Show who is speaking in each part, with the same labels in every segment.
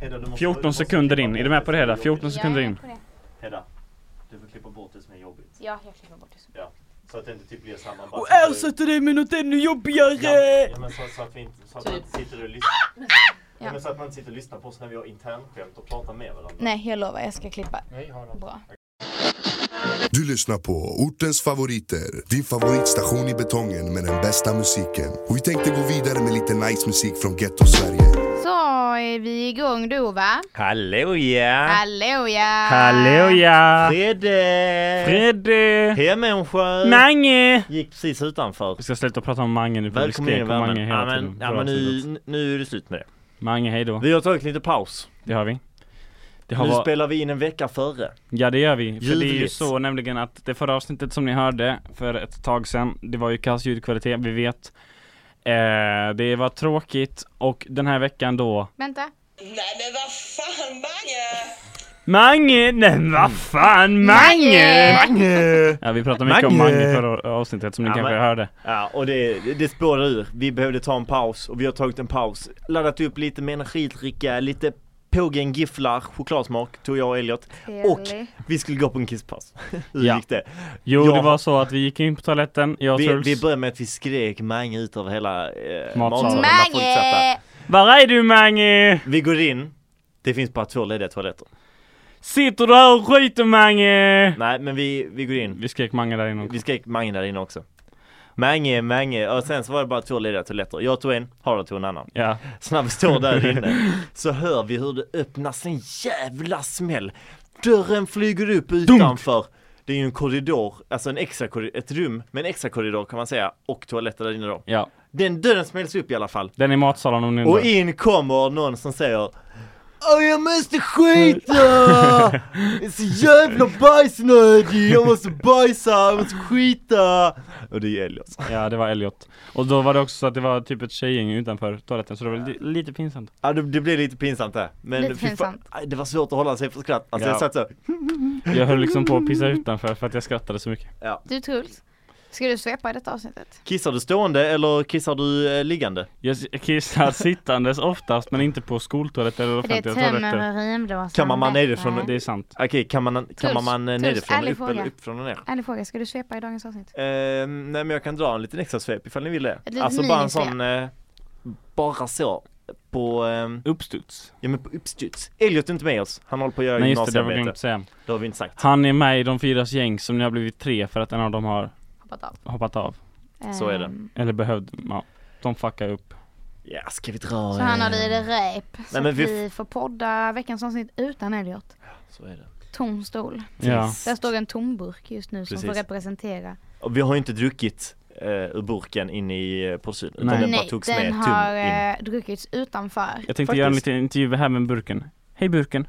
Speaker 1: Hedda, du måste-
Speaker 2: 14
Speaker 1: måste
Speaker 2: sekunder
Speaker 1: klippa
Speaker 2: in.
Speaker 1: bort
Speaker 2: Är du med
Speaker 1: det
Speaker 2: på
Speaker 1: som
Speaker 2: det Hedda?
Speaker 1: jobbigt.
Speaker 2: 14 sekunder in.
Speaker 3: Ja, jag är på
Speaker 1: Hedda, du får klippa bort det som är jobbigt.
Speaker 3: det. ja, jag klipper bort det. så.
Speaker 1: Ja. Så att det inte typ blir samma bara
Speaker 4: Och
Speaker 1: så att du-
Speaker 4: ersätter dig med något ännu
Speaker 1: Ja,
Speaker 4: jobbigare!
Speaker 1: ja, men så, så att vi inte, så att
Speaker 3: Typ. Ah!
Speaker 1: man inte sitter och lyssnar. Ja.
Speaker 3: Ja.
Speaker 1: Men så att man inte sitter och lyssnar på oss när vi har internskämt och pratar med varandra.
Speaker 3: Nej, jag lovar, jag ska klippa.
Speaker 5: Mm.
Speaker 1: Nej, har de.
Speaker 3: Bra.
Speaker 6: Du lyssnar på Ortens favoriter, din favoritstation i betongen med den bästa musiken. Och vi tänkte gå vidare med lite nice musik från Ghetto-Sverige.
Speaker 3: Så är vi igång då va?
Speaker 5: Halleluja!
Speaker 3: Hallå ja!
Speaker 2: Halleluja!
Speaker 5: Fredde!
Speaker 2: Freddy!
Speaker 5: Hej människa!
Speaker 2: Mange!
Speaker 5: Gick precis utanför.
Speaker 2: Vi ska sluta prata om Mange nu för vi
Speaker 5: Välkommen in i
Speaker 2: skrek på Mange
Speaker 5: värmen. Ja
Speaker 2: hela
Speaker 5: men,
Speaker 2: tiden.
Speaker 5: ja,
Speaker 2: Bra
Speaker 5: men
Speaker 2: tidigt.
Speaker 5: nu, nu är det slut med det.
Speaker 2: Mange hejdå.
Speaker 5: Vi har tagit lite paus.
Speaker 2: Det har vi. Det har
Speaker 5: Nu
Speaker 2: varit-
Speaker 5: spelar vi in en vecka före.
Speaker 2: Ja det gör vi, för det är ju
Speaker 5: Ljuvligt.
Speaker 2: så nämligen att det förra avsnittet som ni hörde för ett tag sedan, det var ju kass ljudkvalitet, vi vet. Eh, det var tråkigt och den här veckan då
Speaker 3: Vänta.
Speaker 2: Mange! Nej
Speaker 5: Mm.
Speaker 2: vad fan Mange! Ja vi pratade mycket om
Speaker 5: Mange!
Speaker 2: Mange förra avsnittet som ni
Speaker 5: Ja,
Speaker 2: kanske
Speaker 5: men-
Speaker 2: hörde.
Speaker 5: Ja, och det, det spårar ur. Vi behövde ta en paus och vi har tagit en paus. Laddat upp lite med energidricka, lite Pågen gifflar, chokladsmak, tog jag och Elliot. Och
Speaker 3: Trevlig.
Speaker 5: vi skulle gå på en kisspaus. Hur
Speaker 2: Ja.
Speaker 5: gick det?
Speaker 2: Jo
Speaker 5: Ja.
Speaker 2: det var så att vi gick in på toaletten, jag och
Speaker 5: Vi, vi
Speaker 2: Truls.
Speaker 5: började med att vi skrek Mange ut över hela eh,
Speaker 2: Matsalen.
Speaker 5: matsalen. där folk satt där.
Speaker 3: Mange!
Speaker 2: Var är du Mange?
Speaker 5: Vi går in, det finns bara två lediga toaletter.
Speaker 2: Sitter du här och skjuter Mange?
Speaker 5: Nej men vi, vi går in,
Speaker 2: Vi skrek Mange där inne också.
Speaker 5: vi skrek Mange där inne också. Mange, Mange, och sen så var det bara två lediga toaletter. Jag tog en, Harald tog en annan.
Speaker 2: Ja.
Speaker 5: Så när vi står där inne så hör vi hur det öppnas en jävla smäll. Dörren flyger upp utanför. Det är ju en korridor, alltså en extra korridor, ett rum med en extra korridor kan man säga och toaletter där inne då.
Speaker 2: ja.
Speaker 5: Den dörren smälls upp i alla fall.
Speaker 2: Den i matsalen om ni
Speaker 5: Och
Speaker 2: undrar.
Speaker 5: in kommer någon som säger Åh jag måste skita! Jag är så jävla bajsnödig, jag måste bajsa, jag måste skita! Och det är Elias.
Speaker 2: Ja det var Elliot. Och då var det också så att det var typ ett tjejgäng utanför toaletten så det var li- lite pinsamt.
Speaker 5: Ja det, det blev lite pinsamt där. Men
Speaker 3: Lite
Speaker 5: fy fan,
Speaker 3: pinsamt.
Speaker 5: aj, det var svårt att hålla sig för skratt. Alltså
Speaker 2: Ja.
Speaker 5: jag satt så,
Speaker 2: Jag höll liksom på att pissa utanför för att jag skrattade så mycket.
Speaker 3: Du Truls, ska du svepa i detta avsnittet?
Speaker 5: kissar du stående eller kissar du eh, liggande?
Speaker 2: Jag s- kissar sittandes oftast men inte på skoltoaletter eller
Speaker 3: För det
Speaker 2: offentliga toaletter.
Speaker 3: tömmer urinblåsan
Speaker 5: Kan man- man är det
Speaker 3: bättre.
Speaker 5: från-
Speaker 2: Det är sant.
Speaker 5: Okej, kan man, kan man, man eh,
Speaker 3: Truls,
Speaker 5: nerifrån,
Speaker 3: ärlig
Speaker 5: upp
Speaker 3: fråga.
Speaker 5: eller uppifrån och ner?
Speaker 3: Ärlig fråga, ska du svepa i dagens avsnitt?
Speaker 5: Ehm, nej men jag kan dra en liten extra svep ifall ni vill det.
Speaker 3: Ett litet
Speaker 5: Alltså bara en
Speaker 3: minisvep.
Speaker 5: sån, eh, bara så. På, ehm,
Speaker 2: Uppstuds.
Speaker 5: Ja men på uppstuds. Elliot är inte med oss. Han håller på att göra
Speaker 2: Nej just det, det var
Speaker 5: gymnasiearbete.
Speaker 2: glömt säga.
Speaker 5: Det har vi inte sagt.
Speaker 2: Han är med i de fyras gäng som nu har blivit tre för att en av dem har
Speaker 3: Hoppat av.
Speaker 2: hoppat av.
Speaker 5: Så är det.
Speaker 3: Ehm,
Speaker 2: Eller behövde, ja. De fuckar upp.
Speaker 5: Ja, ska vi dra?
Speaker 3: Så han har
Speaker 5: eh,
Speaker 3: lider rep. Så
Speaker 5: men
Speaker 3: att
Speaker 5: vi-
Speaker 3: vi får podda veckans avsnitt utan Elliot.
Speaker 5: Så är det.
Speaker 3: Tom stol.
Speaker 2: Ja.
Speaker 3: Där står en tomburk just nu
Speaker 5: Precis.
Speaker 3: som får representera.
Speaker 5: Och vi har ju inte druckit eh, ur burken in i eh, porslin. Utan
Speaker 2: Nej.
Speaker 5: den bara togs
Speaker 3: den
Speaker 5: med
Speaker 3: har
Speaker 5: tum in.
Speaker 3: eh, druckits utanför.
Speaker 2: Jag tänkte göra en
Speaker 5: Faktiskt.
Speaker 2: liten intervju här med Burken. Hej Burken.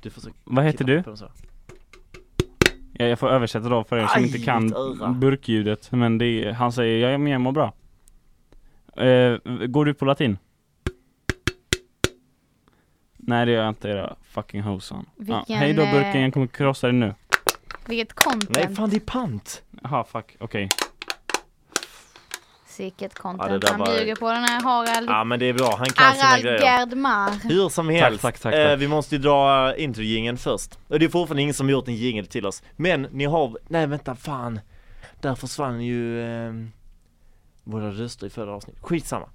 Speaker 5: Du får så-
Speaker 2: Vad heter du?
Speaker 5: på den så.
Speaker 2: Ja, jag får översätta då för er som
Speaker 5: Aj,
Speaker 2: inte kan
Speaker 5: mitt öra.
Speaker 2: burkljudet. Men det är, han säger jag, men jag mår bra. Eh, går du på latin? Nej det gör jag inte era fucking hosan. Ja,
Speaker 3: Vilken,
Speaker 2: hej då burken,
Speaker 3: eh,
Speaker 2: jag kommer krossa dig nu.
Speaker 3: Vilket content.
Speaker 5: Nej fan det är pant!
Speaker 2: Jaha fuck, okej.
Speaker 3: Vilket
Speaker 5: Ja, det
Speaker 3: content.
Speaker 5: där
Speaker 3: han
Speaker 5: var-
Speaker 3: bjuder på den här Harald.
Speaker 5: Ja men det är bra, han kan sina
Speaker 3: Harald
Speaker 5: grejer.
Speaker 3: Gerdmar.
Speaker 5: Hur som helst,
Speaker 2: tack, tack,
Speaker 5: eh,
Speaker 2: tack.
Speaker 5: vi måste ju dra introjingeln först. Och det är fortfarande ingen som gjort en jingel till oss. Men ni har, nej vänta fan. Där försvann ju eh, våra röster i förra avsnittet. Skitsamma.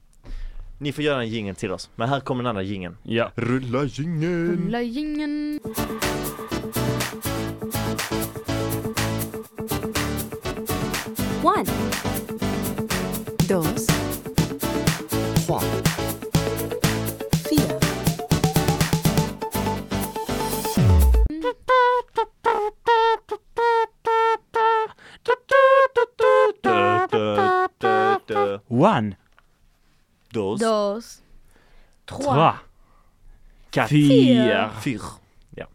Speaker 5: Ni får göra en jingel till oss. Men här kommer den andra jingeln.
Speaker 2: Ja.
Speaker 6: Rulla jingeln!
Speaker 3: Löjingen.
Speaker 7: One. Dos.
Speaker 6: Trois.
Speaker 7: Fyra.
Speaker 5: Dö, dö, dö, dö.
Speaker 2: One,
Speaker 5: Dos.
Speaker 3: Dos. Trois.
Speaker 2: trois,
Speaker 5: Kat.
Speaker 2: fyra.
Speaker 5: Fyr. Ja.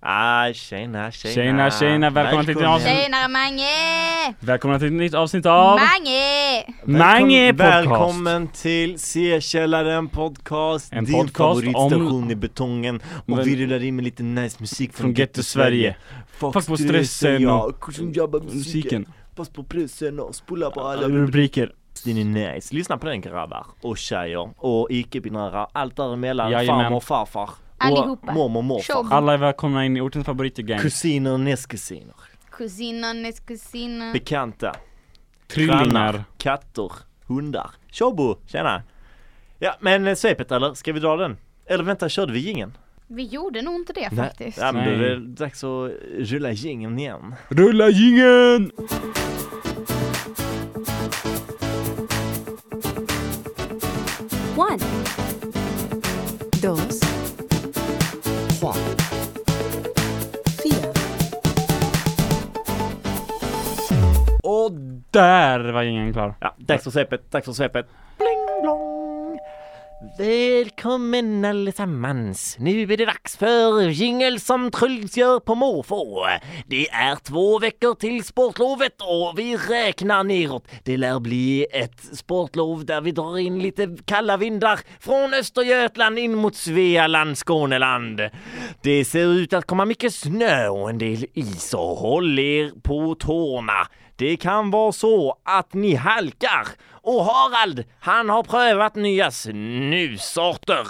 Speaker 5: Ah, tjena, tjena.
Speaker 2: Tjena, tjena. Välkomna till ett avsnitt.
Speaker 3: Tjenare Mange!
Speaker 2: Välkomna till ett nytt avsnitt av
Speaker 3: Mange!
Speaker 2: Mange podcast.
Speaker 5: Välkommen till C-källaren podcast.
Speaker 2: En
Speaker 5: din
Speaker 2: podcast
Speaker 5: favoritstation
Speaker 2: om-
Speaker 5: i betongen. Och
Speaker 2: Men-
Speaker 5: vi rullar in med lite nice musik från,
Speaker 2: Från Ghetto Sverige. Fuck på stressen
Speaker 5: och... Kursen jabba musiken.
Speaker 2: Musiken.
Speaker 5: Pass på pressen och spola på alla
Speaker 2: Alla rubriker.
Speaker 5: Den är nice. Lyssna på den grabbar och tjejer och icke-binära, allt däremellan,
Speaker 2: Jajamän.
Speaker 5: farmor, farfar,
Speaker 3: Allihopa.
Speaker 5: och mormor, morfar,
Speaker 3: Tjobb.
Speaker 2: Alla är välkomna in i ortens favoritgäng.
Speaker 5: kusiner och nästkusiner,
Speaker 3: Kusinanes kusina.
Speaker 5: bekanta,
Speaker 2: Trillingar.
Speaker 5: grannar, katter, hundar. Tjobo, tjena! Ja men eh, svepet eller? Ska vi dra den? Eller vänta, körde vi jingeln?
Speaker 3: Vi gjorde nog inte det faktiskt.
Speaker 5: Ja men då är det
Speaker 2: Nej.
Speaker 5: dags att rulla jingeln igen.
Speaker 2: Rulla jingeln!
Speaker 7: One. Dos. Fyra.
Speaker 2: Och där var jingeln klar.
Speaker 5: Ja, dags för svepet, dags för svepet. Bling blong! Välkommen allesammans! Nu är det dags för jingel som Truls gör på måfå. Det är två veckor till sportlovet och vi räknar neråt. Det lär bli ett sportlov där vi drar in lite kalla vindar från Östergötland in mot Svealand, Skåneland. Det ser ut att komma mycket snö och en del is så håll er på tårna. Det kan vara så att ni halkar. Och Harald, han har prövat nya snussorter.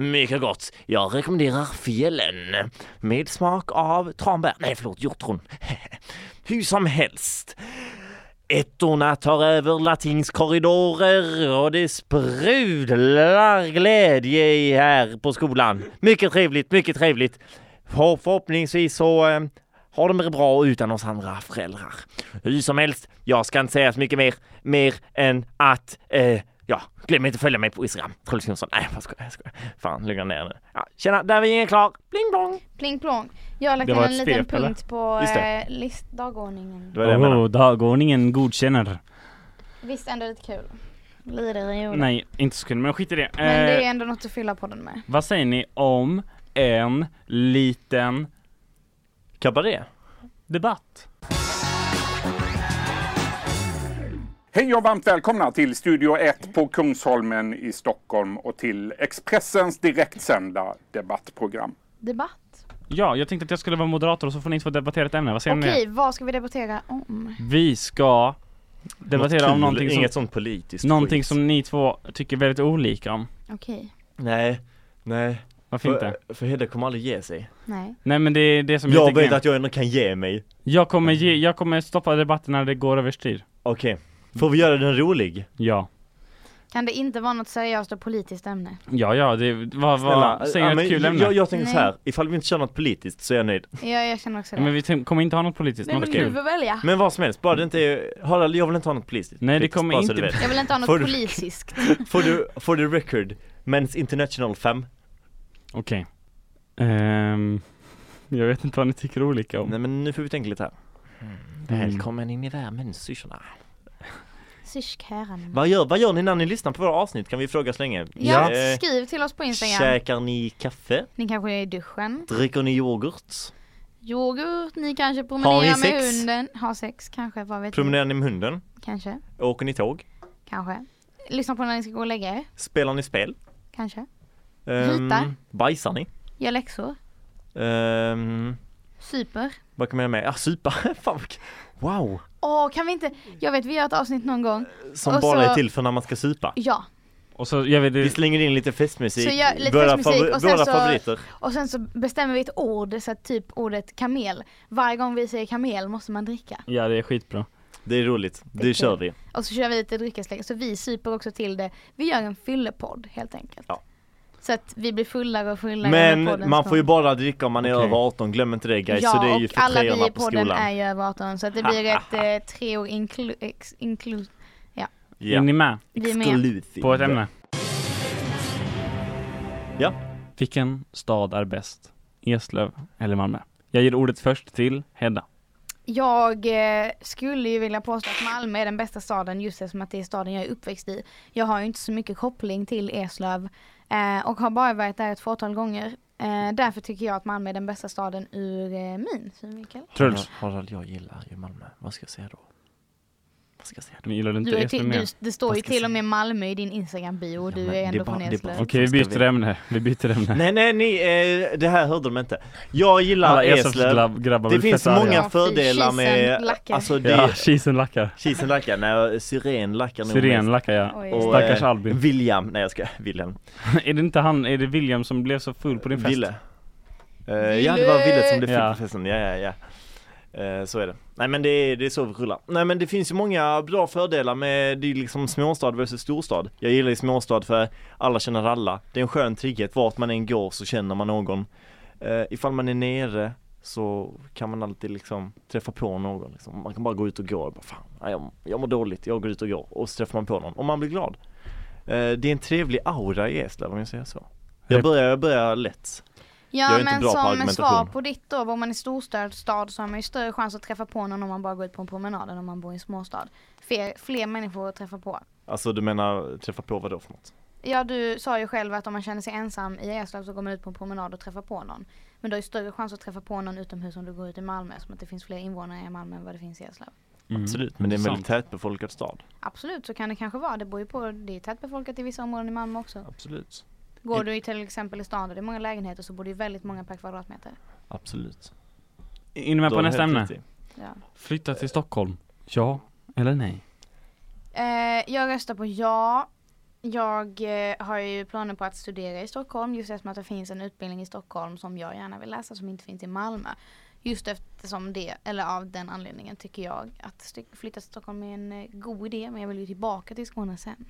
Speaker 5: Mycket gott. Jag rekommenderar fjällen. Med smak av tranbär. Nej, förlåt, hjortron. Hur som helst. Ettorna tar över latins korridorer och det sprudlar glädje i här på skolan. Mycket trevligt, mycket trevligt. För, förhoppningsvis så eh, har de det bra utan oss andra föräldrar. Hur som helst, jag ska inte säga så mycket mer, mer än att eh, Ja, glöm inte att följa mig på Instagram. Truls Jonsson. Nej, jag skojar, jag skojar. Fan, lugna ner nu. Ja, tjena, där är ingen klar. Bling blong!
Speaker 3: Pling plong. Jag har lagt
Speaker 2: Det
Speaker 3: in
Speaker 2: var
Speaker 3: en
Speaker 2: ett
Speaker 3: liten
Speaker 2: svep, eller?
Speaker 3: punkt på
Speaker 5: Just det.
Speaker 3: eh, list- dagordningen.
Speaker 5: Det var det jag menade.
Speaker 2: Oh, dagordningen godkänner.
Speaker 3: Visst ändå lite kul. Lider i jorden.
Speaker 2: Nej, inte så kul, men skit i det.
Speaker 3: Men det
Speaker 2: Eh,
Speaker 3: är ändå något att fylla podden med.
Speaker 2: Vad säger ni om en liten
Speaker 5: Kabaré.
Speaker 2: debatt?
Speaker 4: Hej och varmt välkomna till Studio 1 på Kungsholmen i Stockholm och till Expressens direktsända debattprogram.
Speaker 3: Debatt.
Speaker 2: Ja, jag tänkte att jag skulle vara moderator och så får ni två debattera ett ämne, vad säger
Speaker 3: Okej,
Speaker 2: ni?
Speaker 3: vad ska vi debattera om?
Speaker 2: Vi ska debattera om någonting som,
Speaker 5: Inget sånt politiskt
Speaker 2: någonting
Speaker 5: skit.
Speaker 2: som ni två tycker väldigt olika om.
Speaker 3: Okej,
Speaker 5: Nej, nej.
Speaker 2: Varför inte?
Speaker 5: För, för Hedda kommer aldrig ge sig.
Speaker 3: nej.
Speaker 2: Nej men det är det som
Speaker 5: Jag
Speaker 2: tycker
Speaker 5: vet
Speaker 2: är-
Speaker 5: att jag ändå kan ge mig.
Speaker 2: jag kommer ge, jag kommer stoppa debatten när det går överstyr.
Speaker 5: Okej. Får vi göra den rolig?
Speaker 2: Ja.
Speaker 3: Kan det inte vara något seriöst och politiskt ämne?
Speaker 2: Ja, ja, det, vad,
Speaker 5: Snälla,
Speaker 2: vad, säg
Speaker 5: ja,
Speaker 2: ett
Speaker 5: men
Speaker 2: kul ämne.
Speaker 5: Jag, jag tänker
Speaker 3: Nej.
Speaker 5: så här. ifall vi inte kör något politiskt så är jag nöjd.
Speaker 3: Ja, jag känner också
Speaker 2: Ja, men
Speaker 3: det.
Speaker 2: vi tänk- kommer inte ha något politiskt,
Speaker 3: Nej
Speaker 2: något
Speaker 3: men du
Speaker 2: kul.
Speaker 3: får välja.
Speaker 5: Men vad som helst, bara det inte är, Harald jag vill inte ha något politiskt.
Speaker 2: Nej, det
Speaker 5: politiskt,
Speaker 2: kommer
Speaker 5: bara så
Speaker 2: inte
Speaker 5: du vet.
Speaker 3: Jag vill inte ha något
Speaker 5: Får du-
Speaker 3: politiskt.
Speaker 5: For the, for the record, Men's International 5.
Speaker 2: Okej. Ehm, jag vet inte vad ni tycker olika om.
Speaker 5: Nej men nu får vi tänka lite här.
Speaker 2: Mm.
Speaker 5: Välkommen in i värmen syrsorna.
Speaker 3: Syskherren.
Speaker 5: Vad gör, vad gör ni när ni lyssnar på våra avsnitt? Kan vi fråga så länge?
Speaker 3: Ja,
Speaker 5: Eh,
Speaker 3: skriv till oss på Instagram.
Speaker 5: Käkar ni kaffe?
Speaker 3: Ni kanske är i duschen.
Speaker 5: Dricker ni yoghurt?
Speaker 3: Yoghurt, ni kanske
Speaker 5: Har ni
Speaker 3: promenerar med
Speaker 5: sex?
Speaker 3: hunden. Har sex kanske, vad vet
Speaker 5: Promenerar ni med hunden?
Speaker 3: jag. Kanske,
Speaker 5: Åker ni tåg?
Speaker 3: kanske. Lyssna på när ni ska gå och lägga er.
Speaker 5: Spelar ni spel?
Speaker 3: Kanske.
Speaker 5: Um,
Speaker 3: Ritar.
Speaker 5: bajsar ni?
Speaker 3: Gör läxor.
Speaker 5: Ehm,
Speaker 3: Super.
Speaker 5: vad kan man göra med? Ah, supa! Fan, vad- wow!
Speaker 3: Åh, kan vi inte? Jag vet, vi gör ett avsnitt någon gång.
Speaker 5: Som
Speaker 3: Och
Speaker 5: bara
Speaker 3: så-
Speaker 5: är till för när man ska supa.
Speaker 3: Ja.
Speaker 2: Och så, jag vet,
Speaker 5: Vi
Speaker 2: det,
Speaker 5: slänger in lite festmusik.
Speaker 3: Så gör lite
Speaker 5: Våra
Speaker 3: festmusik
Speaker 5: favor-
Speaker 3: och sen
Speaker 5: våra
Speaker 3: så-
Speaker 5: favoriter.
Speaker 3: Och sen så bestämmer vi ett ord, så att typ ordet kamel. Varje gång vi säger kamel måste man dricka.
Speaker 2: ja det är skitbra.
Speaker 5: Det är roligt. Det
Speaker 3: är
Speaker 5: kör
Speaker 3: kul.
Speaker 5: vi.
Speaker 3: Och så kör vi lite dryckesläge, så vi super också till det. Vi gör en fyllepodd helt enkelt.
Speaker 5: Ja.
Speaker 3: Så att vi blir fullare och fullare med
Speaker 5: Men
Speaker 3: poddens
Speaker 5: man får ju
Speaker 3: gång.
Speaker 5: bara dricka om man är
Speaker 2: Okej.
Speaker 5: över 18, glöm inte det guys.
Speaker 3: Ja,
Speaker 5: så det är ju
Speaker 3: och
Speaker 5: för
Speaker 3: alla vi
Speaker 5: treorna
Speaker 3: i
Speaker 5: på
Speaker 3: podden
Speaker 5: skolan.
Speaker 3: är ju över 18 så att det blir ett eh, tre år inklu- ex- inklu-
Speaker 2: Är
Speaker 5: ja.
Speaker 2: ni med
Speaker 3: Mm. vi är med.
Speaker 2: på ett ämne?
Speaker 5: Ja.
Speaker 2: Vilken stad är bäst? Eslöv eller Malmö? Jag ger ordet först till Hedda.
Speaker 3: Jag eh, skulle ju vilja påstå att Malmö är den bästa staden just eftersom att det är staden jag är uppväxt i. Jag har ju inte så mycket koppling till Eslöv eh, och har bara varit där ett fåtal gånger. Eh, därför tycker jag att Malmö är den bästa staden ur eh, min synvinkel.
Speaker 2: Truls.
Speaker 5: Harald, jag gillar ju Malmö. Vad ska jag säga då? Vad ska jag säga då?
Speaker 2: Men gillar du inte
Speaker 3: Du är
Speaker 2: Eslöv
Speaker 3: till, du,
Speaker 2: mer?
Speaker 3: det står
Speaker 5: Vad
Speaker 3: ju
Speaker 5: ska jag
Speaker 3: till och
Speaker 5: säga?
Speaker 3: med Malmö i din Instagram-bio och
Speaker 5: Ja,
Speaker 3: du
Speaker 5: men
Speaker 3: är
Speaker 5: det är
Speaker 3: ändå
Speaker 5: bara-
Speaker 3: från
Speaker 5: det är bara-
Speaker 3: Eslöv.
Speaker 2: Okej, vi
Speaker 5: Vad ska
Speaker 2: byter
Speaker 5: vi-
Speaker 2: ämne. Vi byter ämne.
Speaker 5: Nej nej ni, eh, det här hörde de inte. Jag gillar
Speaker 2: Alla
Speaker 5: Eslöv.
Speaker 2: Eslövsgrabbar
Speaker 5: Det
Speaker 2: vill
Speaker 5: finns
Speaker 2: festa arga.
Speaker 5: många
Speaker 3: Ja, fy,
Speaker 5: fördelar
Speaker 3: kisen
Speaker 5: med,
Speaker 3: lackar.
Speaker 5: alltså det,
Speaker 2: Ja, kisen lackar.
Speaker 5: kisen lackar, nej syren lackar nog
Speaker 2: Syren
Speaker 5: mest.
Speaker 2: lackar ja.
Speaker 3: Oj.
Speaker 5: Och,
Speaker 2: Stackars
Speaker 5: eh,
Speaker 2: Albin.
Speaker 5: William, nej jag ska William.
Speaker 2: Är det inte han, är det William som blev så full på din fest?
Speaker 5: Ville. Eh, ja det var Ville som blev
Speaker 2: Ja.
Speaker 5: ja. festen, ja ja ja. Eh, Så är det. Nej men det är, det är så vi rullar. Nej men det finns ju många bra fördelar med, det är ju liksom småstad versus storstad. Jag gillar ju småstad för alla känner alla. Det är en skön trygghet, vart man än går så känner man någon. Eh, ifall man är nere så kan man alltid liksom träffa på någon liksom. Man kan bara gå ut och gå och bara fan, nej, jag, jag mår dåligt, jag går ut och går och så träffar man på någon och man blir glad. Eh, det är en trevlig aura i Eslöv om jag säger så. Jag
Speaker 2: Rep-
Speaker 5: börjar, jag börjar lätt.
Speaker 3: Ja
Speaker 5: Jag är inte
Speaker 3: men
Speaker 5: bra på
Speaker 3: som
Speaker 5: argumentation.
Speaker 3: svar på ditt då, bor man i storstad stad så har man ju större chans att träffa på någon om man bara går ut på en promenad än om man bor i en småstad. Fler, fler människor att träffa på.
Speaker 5: Alltså du menar träffa på vad då för något?
Speaker 3: Ja du sa ju själv att om man känner sig ensam i Eslöv så går man ut på en promenad och träffar på någon. Men du har ju större chans att träffa på någon utomhus om du går ut i Malmö som att det finns fler invånare i Malmö än vad det finns i Eslöv.
Speaker 5: Absolut, men det är en väldigt
Speaker 2: Mm. Intressant.
Speaker 5: tätbefolkad stad.
Speaker 3: Absolut så kan det kanske vara, det beror ju på, det är ju tätbefolkat i vissa områden i Malmö också.
Speaker 5: Absolut.
Speaker 3: Går du i till exempel i stan där det är många lägenheter så bor det ju väldigt många per kvadratmeter.
Speaker 5: Absolut.
Speaker 2: Är ni med
Speaker 5: Då
Speaker 2: på
Speaker 5: har du
Speaker 2: nästa
Speaker 5: helt
Speaker 2: ämne?
Speaker 5: rätt i.
Speaker 3: Ja.
Speaker 2: Flytta till Stockholm. Ja, eller nej?
Speaker 3: Eh, jag röstar på ja. Jag eh, har ju planer på att studera i Stockholm just eftersom att det finns en utbildning i Stockholm som jag gärna vill läsa som inte finns i Malmö. Just eftersom det, eller av den anledningen tycker jag att st- flytta till Stockholm är en eh, god idé men jag vill ju tillbaka till Skåne sen.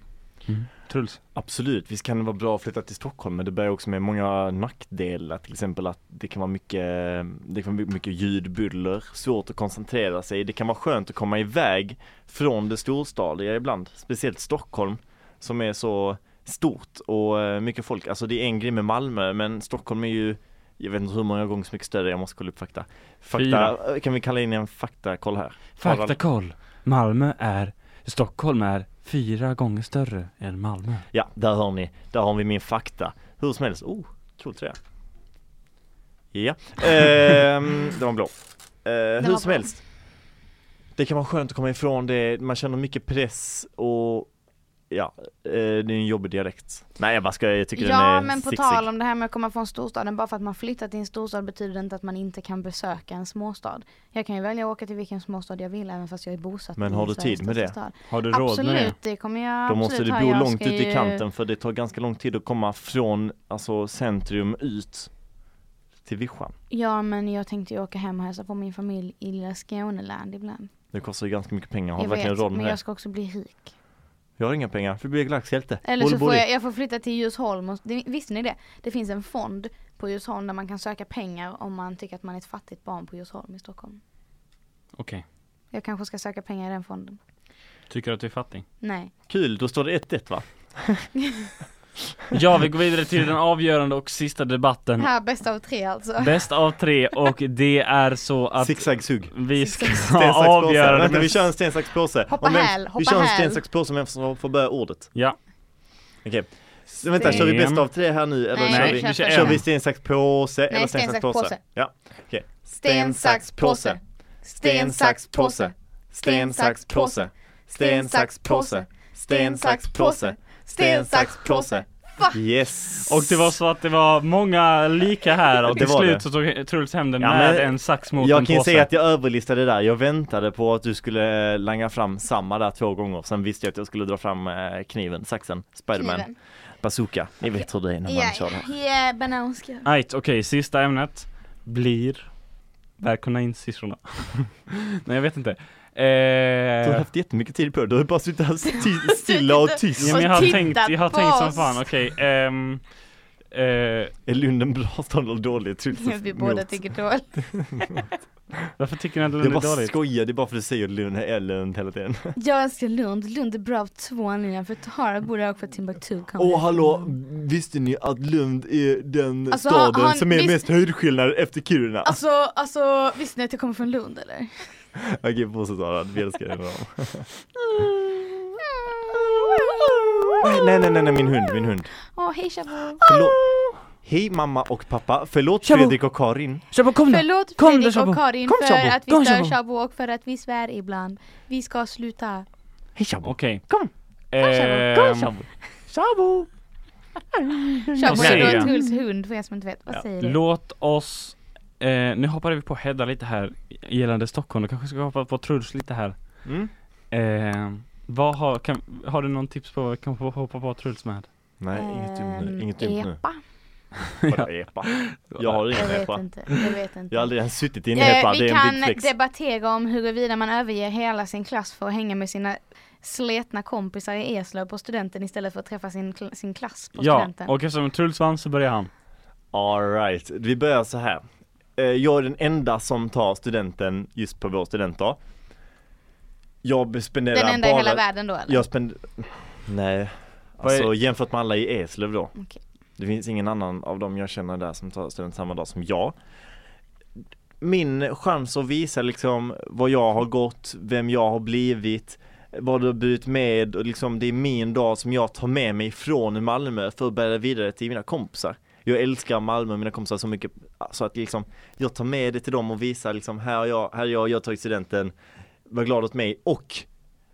Speaker 2: Truls?
Speaker 5: Absolut, visst kan det vara bra att flytta till Stockholm men det börjar också med många nackdelar till exempel att det kan vara mycket, det kan vara mycket ljudbuller, svårt att koncentrera sig, det kan vara skönt att komma iväg från det storstadiga ibland, speciellt Stockholm som är så stort och eh, mycket folk, alltså det är en grej med Malmö men Stockholm är ju jag vet inte hur många gånger så mycket större, jag måste kolla upp fakta. Fakta, eh,
Speaker 2: Fyra.
Speaker 5: kan vi kalla in en faktakoll här? Harald.
Speaker 2: Faktakoll. Malmö är, Stockholm är fyra gånger större än Malmö.
Speaker 5: Ja, där hör ni. Där har vi min fakta. Hur som helst. Oh, cool tröja. Ja, ehm, den var blå. Eh, hur
Speaker 3: var
Speaker 5: som
Speaker 3: blå.
Speaker 5: helst. Det kan vara skönt att komma ifrån det. Man känner mycket press och ja, eh, det är en jobbig dialekt. Nej jag bara skojar, jag tycker den är
Speaker 3: Ja men på
Speaker 5: sexig.
Speaker 3: tal om det här med att komma från storstaden, bara för att man flyttar till en storstad betyder det inte att man inte kan besöka en småstad. Jag kan ju välja att åka till vilken småstad jag vill även fast jag är bosatt
Speaker 5: Men
Speaker 3: i
Speaker 5: har du
Speaker 3: Sveriges
Speaker 5: tid med
Speaker 3: största
Speaker 5: det?
Speaker 3: Stad.
Speaker 2: Har du råd med det?
Speaker 3: Absolut, det kommer jag
Speaker 5: Då måste
Speaker 3: absolut
Speaker 5: du
Speaker 3: ha.
Speaker 5: bo
Speaker 3: Jag
Speaker 5: långt
Speaker 3: ska
Speaker 5: ut i
Speaker 3: ju-
Speaker 5: kanten för det tar ganska lång tid att komma från alltså centrum ut till vischan.
Speaker 3: Ja men jag tänkte ju åka hem och hälsa på min familj i lilla Skåneland ibland.
Speaker 5: Det kostar ju ganska mycket pengar, har du
Speaker 3: jag
Speaker 5: verkligen råd med
Speaker 3: men
Speaker 5: det?
Speaker 3: jag ska också bli rik.
Speaker 5: Jag har inga pengar, för du blir glaxhjälte.
Speaker 3: Eller så
Speaker 5: Borde-
Speaker 3: får
Speaker 5: borde-
Speaker 3: jag, jag får flytta till Djursholm och, det, visste ni det? Det finns en fond på Djursholm där man kan söka pengar om man tycker att man är ett fattigt barn på Djursholm i Stockholm.
Speaker 2: Okej.
Speaker 3: Jag kanske ska söka pengar i den fonden.
Speaker 2: Tycker du att du är fattig?
Speaker 3: Nej.
Speaker 5: Kul, då står det 1-1 va?
Speaker 2: Ja, vi går vidare till den avgörande och sista
Speaker 5: Mm.
Speaker 2: debatten.
Speaker 3: Här, bästa av tre alltså.
Speaker 2: Bäst av tre och det är så att
Speaker 5: Zigzag sug.
Speaker 2: vi ska
Speaker 5: Sten, sax, påse.
Speaker 2: avgöra det.
Speaker 5: Vänta, vi kör en sten, sax, påse.
Speaker 3: Hoppa
Speaker 5: Om vem-
Speaker 3: häl, hoppa
Speaker 5: Vi kör en sten,
Speaker 3: häl.
Speaker 5: sax, påse om vem som får börja ordet.
Speaker 2: Ja,
Speaker 5: Okej. Så Vänta, kör vi
Speaker 2: Sten.
Speaker 5: bäst av tre här nu? Eller
Speaker 3: Nej,
Speaker 5: kör
Speaker 2: vi
Speaker 5: vi,
Speaker 2: kör först.
Speaker 5: kör vi sten, sax, påse? eller
Speaker 3: sten, sax, påse.
Speaker 5: Ja, okej. Sten, sax, påse. Sten, sax, påse. Sten, sax, påse. Sten, sax, påse. Sten, sax, påse.
Speaker 3: Fuck.
Speaker 5: Yes!
Speaker 2: och det var så att det var många lika här och
Speaker 5: Det
Speaker 2: till
Speaker 5: var
Speaker 2: slut
Speaker 5: det.
Speaker 2: så tog Truls hem den
Speaker 5: Ja,
Speaker 2: med
Speaker 5: men
Speaker 2: en sax mot en
Speaker 5: Jag kan ju
Speaker 2: påse.
Speaker 5: säga att jag överlistade där, jag väntade på att du skulle eh, langa fram samma där två gånger Sen visste jag att jag skulle dra fram eh, kniven, saxen, Spiderman,
Speaker 3: Kniven.
Speaker 5: bazooka Ni vet hur det är när man
Speaker 3: Ja,
Speaker 5: kör det här.
Speaker 3: ja, ja, bananska.
Speaker 2: Right, okej, sista ämnet blir... Välkomna in sissorna. Nej jag vet inte. Eh,
Speaker 5: Du har haft jättemycket tid på dig, du har bara suttit här sti- stilla och tyst
Speaker 2: ja, men jag har
Speaker 3: tittat
Speaker 2: tänkt, jag har
Speaker 3: på
Speaker 2: tänkt som
Speaker 3: oss.
Speaker 2: fan, okej. ehm, eh,
Speaker 5: Är lunden bra stånd eller dålig? Truls och
Speaker 3: Vi båda
Speaker 5: Mot.
Speaker 3: tycker dåligt.
Speaker 2: varför tycker ni att
Speaker 5: Jag
Speaker 2: Lund är
Speaker 5: bara
Speaker 2: dåligt?
Speaker 5: skojar, det är bara för att du säger Lund, jag är Lund hela tiden
Speaker 3: Jag älskar Lund. Lund är bra av två anledningar. För Tara borde ha åkt för Timbuktu. kan
Speaker 5: Åh
Speaker 3: vi-
Speaker 5: hallå, visste ni att Lund är den
Speaker 3: Alltså, har-
Speaker 5: staden
Speaker 3: har-
Speaker 5: som är
Speaker 3: visst-
Speaker 5: mest höjdskillnad efter Kiruna?
Speaker 3: Alltså, alltså visste ni att jag kommer från Lund eller?
Speaker 5: Okej fortsätt Arad, vi älskar dig Nej, nej, nej, nej, nej, min hund, min hund.
Speaker 3: Åh hej Chabo.
Speaker 5: Förlåt. Hej mamma och pappa, förlåt
Speaker 2: Tjabo.
Speaker 5: Fredrik och Karin.
Speaker 2: Shabba kom
Speaker 3: Förlåt
Speaker 2: Kom då,
Speaker 3: Fredrik
Speaker 2: Chabo.
Speaker 3: och Karin
Speaker 2: Kom,
Speaker 3: för
Speaker 2: Chabo.
Speaker 3: att vi
Speaker 2: Kom,
Speaker 3: stör
Speaker 2: Chabo.
Speaker 5: Mm.
Speaker 3: Chabo och för att vi svär ibland. Vi ska sluta.
Speaker 5: Hejabo!
Speaker 2: Okej.
Speaker 5: Kom!
Speaker 2: Ehm,
Speaker 5: Kom Shabo! Shabo!
Speaker 3: Kör
Speaker 2: Vad
Speaker 3: på
Speaker 2: säger
Speaker 3: Edvard
Speaker 2: jag?
Speaker 3: Hults hund för er som inte vet. Vad säger du?
Speaker 2: Låt oss, eh, nu hoppade vi på Hedda lite här gällande Stockholm, då kanske ska hoppa på Truls lite här.
Speaker 5: Mm.
Speaker 2: Eh, vad har, kan, har du någon tips på vad vi kan hoppa- hoppa på Truls med?
Speaker 5: Nej, inget dumt nu.
Speaker 3: Ehm,
Speaker 5: Inget dumt nu.
Speaker 3: Epa?
Speaker 5: Vadå epa? Jag har
Speaker 3: Jag
Speaker 5: ingen
Speaker 3: vet
Speaker 5: epa.
Speaker 3: inte. Jag vet inte.
Speaker 5: Jag har aldrig ens suttit i en epa.
Speaker 3: Eh,
Speaker 5: Det
Speaker 3: vi
Speaker 5: är en
Speaker 3: kan
Speaker 5: big flex.
Speaker 3: debattera om huruvida man överger hela sin klass för att hänga med sina sletna kompisar i Eslöv på studenten istället för att träffa sin, kl- sin klass på
Speaker 2: Ja,
Speaker 3: studenten.
Speaker 2: och eftersom Truls vann så börjar han.
Speaker 5: Alright, vi börjar så här. Eh, Jag är den enda som tar studenten just på vår studentdag. Jag spenderar
Speaker 3: Den enda i
Speaker 5: bara...
Speaker 3: hela världen då eller?
Speaker 5: Jag spend... Nej,
Speaker 2: Vad är-
Speaker 5: alltså jämfört med alla i Eslöv då.
Speaker 3: Okej.
Speaker 5: Det finns ingen annan av dem jag känner där som tar studenten samma dag som jag. Min chans att visa liksom vad jag har gått, vem jag har blivit, vad du har blivit med och liksom det är min dag som jag tar med mig från Malmö för att bära vidare till mina kompisar. Jag älskar Malmö och mina kompisar så mycket så att liksom jag tar med det till dem och visar liksom här har jag, här har jag, jag har tagit studenten, var glad åt mig och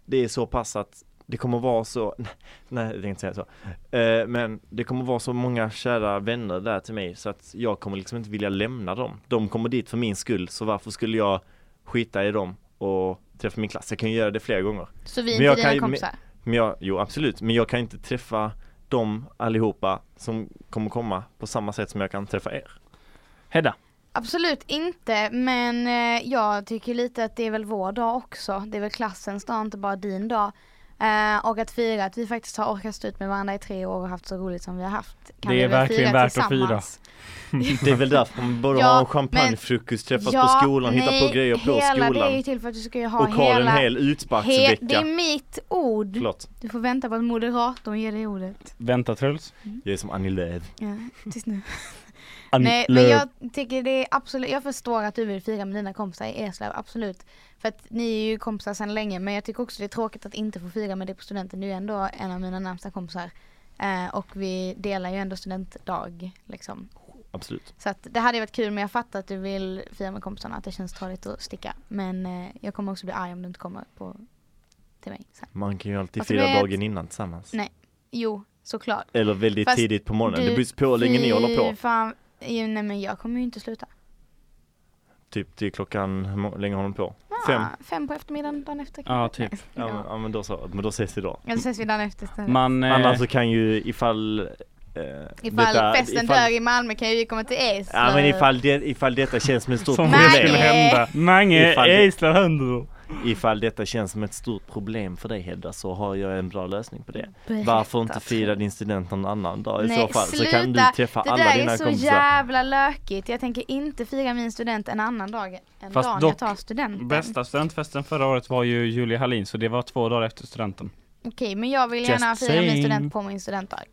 Speaker 5: det är så pass att det kommer vara så, nej jag tänkte inte säga så, eh, men det kommer vara så många kära vänner där till mig så att jag kommer liksom inte vilja lämna dem. De kommer dit för min skull så varför skulle jag skita i dem och träffa min klass? Jag kan ju göra det flera gånger.
Speaker 3: Så vi
Speaker 5: Men
Speaker 3: är
Speaker 5: jag
Speaker 3: inte
Speaker 5: kan
Speaker 3: dina
Speaker 5: ju-
Speaker 3: kompisar?
Speaker 5: Men jag, jo absolut, men jag kan ju inte träffa dem allihopa som kommer komma på samma sätt som jag kan träffa er.
Speaker 2: Hedda.
Speaker 3: Absolut inte, men eh, jag tycker lite att det är väl vår dag också. Det är väl klassens dag, inte bara din dag. Eh, och att fira att vi faktiskt har orkat stå ut med varandra i tre år och haft så roligt som vi har haft. Kan
Speaker 2: Det
Speaker 3: vi
Speaker 2: är
Speaker 3: väl
Speaker 2: verkligen
Speaker 3: fira
Speaker 2: värt att fira.
Speaker 3: tillsammans?
Speaker 5: Det är väl därför man borde
Speaker 3: Ja,
Speaker 5: ha en
Speaker 3: men-
Speaker 5: champagnefrukost, träffas på skolan, hitta på grejer på
Speaker 3: hela det är
Speaker 5: skolan
Speaker 3: ju till för att du ska ju ha
Speaker 5: och ha en
Speaker 3: hela...
Speaker 5: hel
Speaker 3: he- det
Speaker 5: utsparksvecka.
Speaker 3: är mitt ord.
Speaker 5: Förlåt,
Speaker 3: Du får vänta på att moderatorn ger dig ordet.
Speaker 2: Vänta Truls.
Speaker 5: jag är som Annie Lööf.
Speaker 3: Ja, tyst nu. Nej men jag tycker det är absolut, jag förstår att du vill fira med dina kompisar i Eslöv, absolut. För att ni är ju kompisar sedan länge men jag tycker också det är tråkigt att inte få fira med dig på studenten, du är ju ändå en av mina närmsta kompisar. Eh, och vi delar ju ändå studentdag liksom.
Speaker 5: Absolut.
Speaker 3: Så att det hade ju varit kul men jag fattar att du vill fira med kompisarna, att det känns tråkigt att sticka. Men eh, jag kommer också bli arg om du inte kommer på, till mig sen.
Speaker 5: Man kan ju alltid
Speaker 3: Alltså,
Speaker 5: fira
Speaker 3: det är ett-
Speaker 5: dagen innan tillsammans.
Speaker 3: Nej. Jo, såklart.
Speaker 5: Eller väldigt
Speaker 3: Fast
Speaker 5: tidigt på morgonen.
Speaker 3: du-
Speaker 5: Det beror på hur länge ni
Speaker 3: Fy
Speaker 5: håller på.
Speaker 3: Fan, jo, nej men jag kommer ju inte sluta. Ah,
Speaker 5: Typ till klockan, hur må- länge håller ni på? Fem?
Speaker 3: Ah, fem på eftermiddagen, dagen efter
Speaker 2: Ja,
Speaker 3: kanske.
Speaker 2: typ.
Speaker 3: Nej.
Speaker 5: Ja, men, ja men då så, men då ses vi då.
Speaker 3: Ja, då ses vi dagen efter istället.
Speaker 2: Man, eh,
Speaker 5: Annars så kan ju ifall eh,
Speaker 3: ifall
Speaker 5: detta-
Speaker 3: festen dör i Malmö kan ju vi komma till Eslöv.
Speaker 5: Ja men ifall, det, ifall detta känns som ett stort
Speaker 2: som
Speaker 3: Nej.
Speaker 2: det
Speaker 5: problem
Speaker 2: skulle hända. Mange,
Speaker 5: Ifall det-
Speaker 2: Island händer.
Speaker 5: Ifall detta känns som ett stort problem för dig Hedda så har jag en bra lösning på det
Speaker 3: Berätta,
Speaker 5: Varför inte fira
Speaker 3: Truls.
Speaker 5: din student någon annan dag i
Speaker 3: Nej,
Speaker 5: så fall? Så kan du
Speaker 3: sluta.
Speaker 5: träffa
Speaker 3: Det
Speaker 5: alla
Speaker 3: där är
Speaker 5: dina
Speaker 3: så
Speaker 5: kompisar
Speaker 3: jävla lökigt. Jag tänker inte fira min student en annan dag än
Speaker 2: Fast
Speaker 3: dagen
Speaker 2: dock,
Speaker 3: jag tar studenten.
Speaker 2: Bästa studentfesten förra året var ju Julia Hallin så det var två dagar efter studenten.
Speaker 3: Okej, men jag vill
Speaker 2: Just
Speaker 3: gärna fira min
Speaker 2: saying.
Speaker 3: student på min studentdag.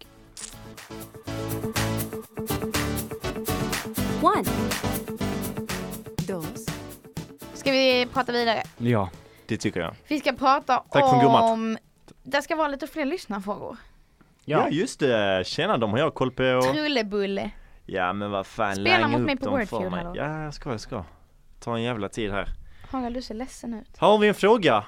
Speaker 7: One. Dos.
Speaker 3: Ska vi prata vidare?
Speaker 2: Ja.
Speaker 5: Det tycker jag
Speaker 3: Vi ska prata
Speaker 5: Tack för en god match.
Speaker 3: om... Det ska vara lite fler lyssnarfrågor.
Speaker 5: Ja, just det, tjena de har jag koll på
Speaker 3: Trullebulle.
Speaker 5: Ja men vad fan,
Speaker 3: Spela
Speaker 5: langa
Speaker 3: mot
Speaker 5: upp
Speaker 3: mig på
Speaker 5: dem
Speaker 3: Wordfeud,
Speaker 5: för mig.
Speaker 3: hallå.
Speaker 5: Ja jag ska, jag ska Ta en jävla tid här
Speaker 3: Harald, du ser ledsen ut.
Speaker 5: Har vi en fråga?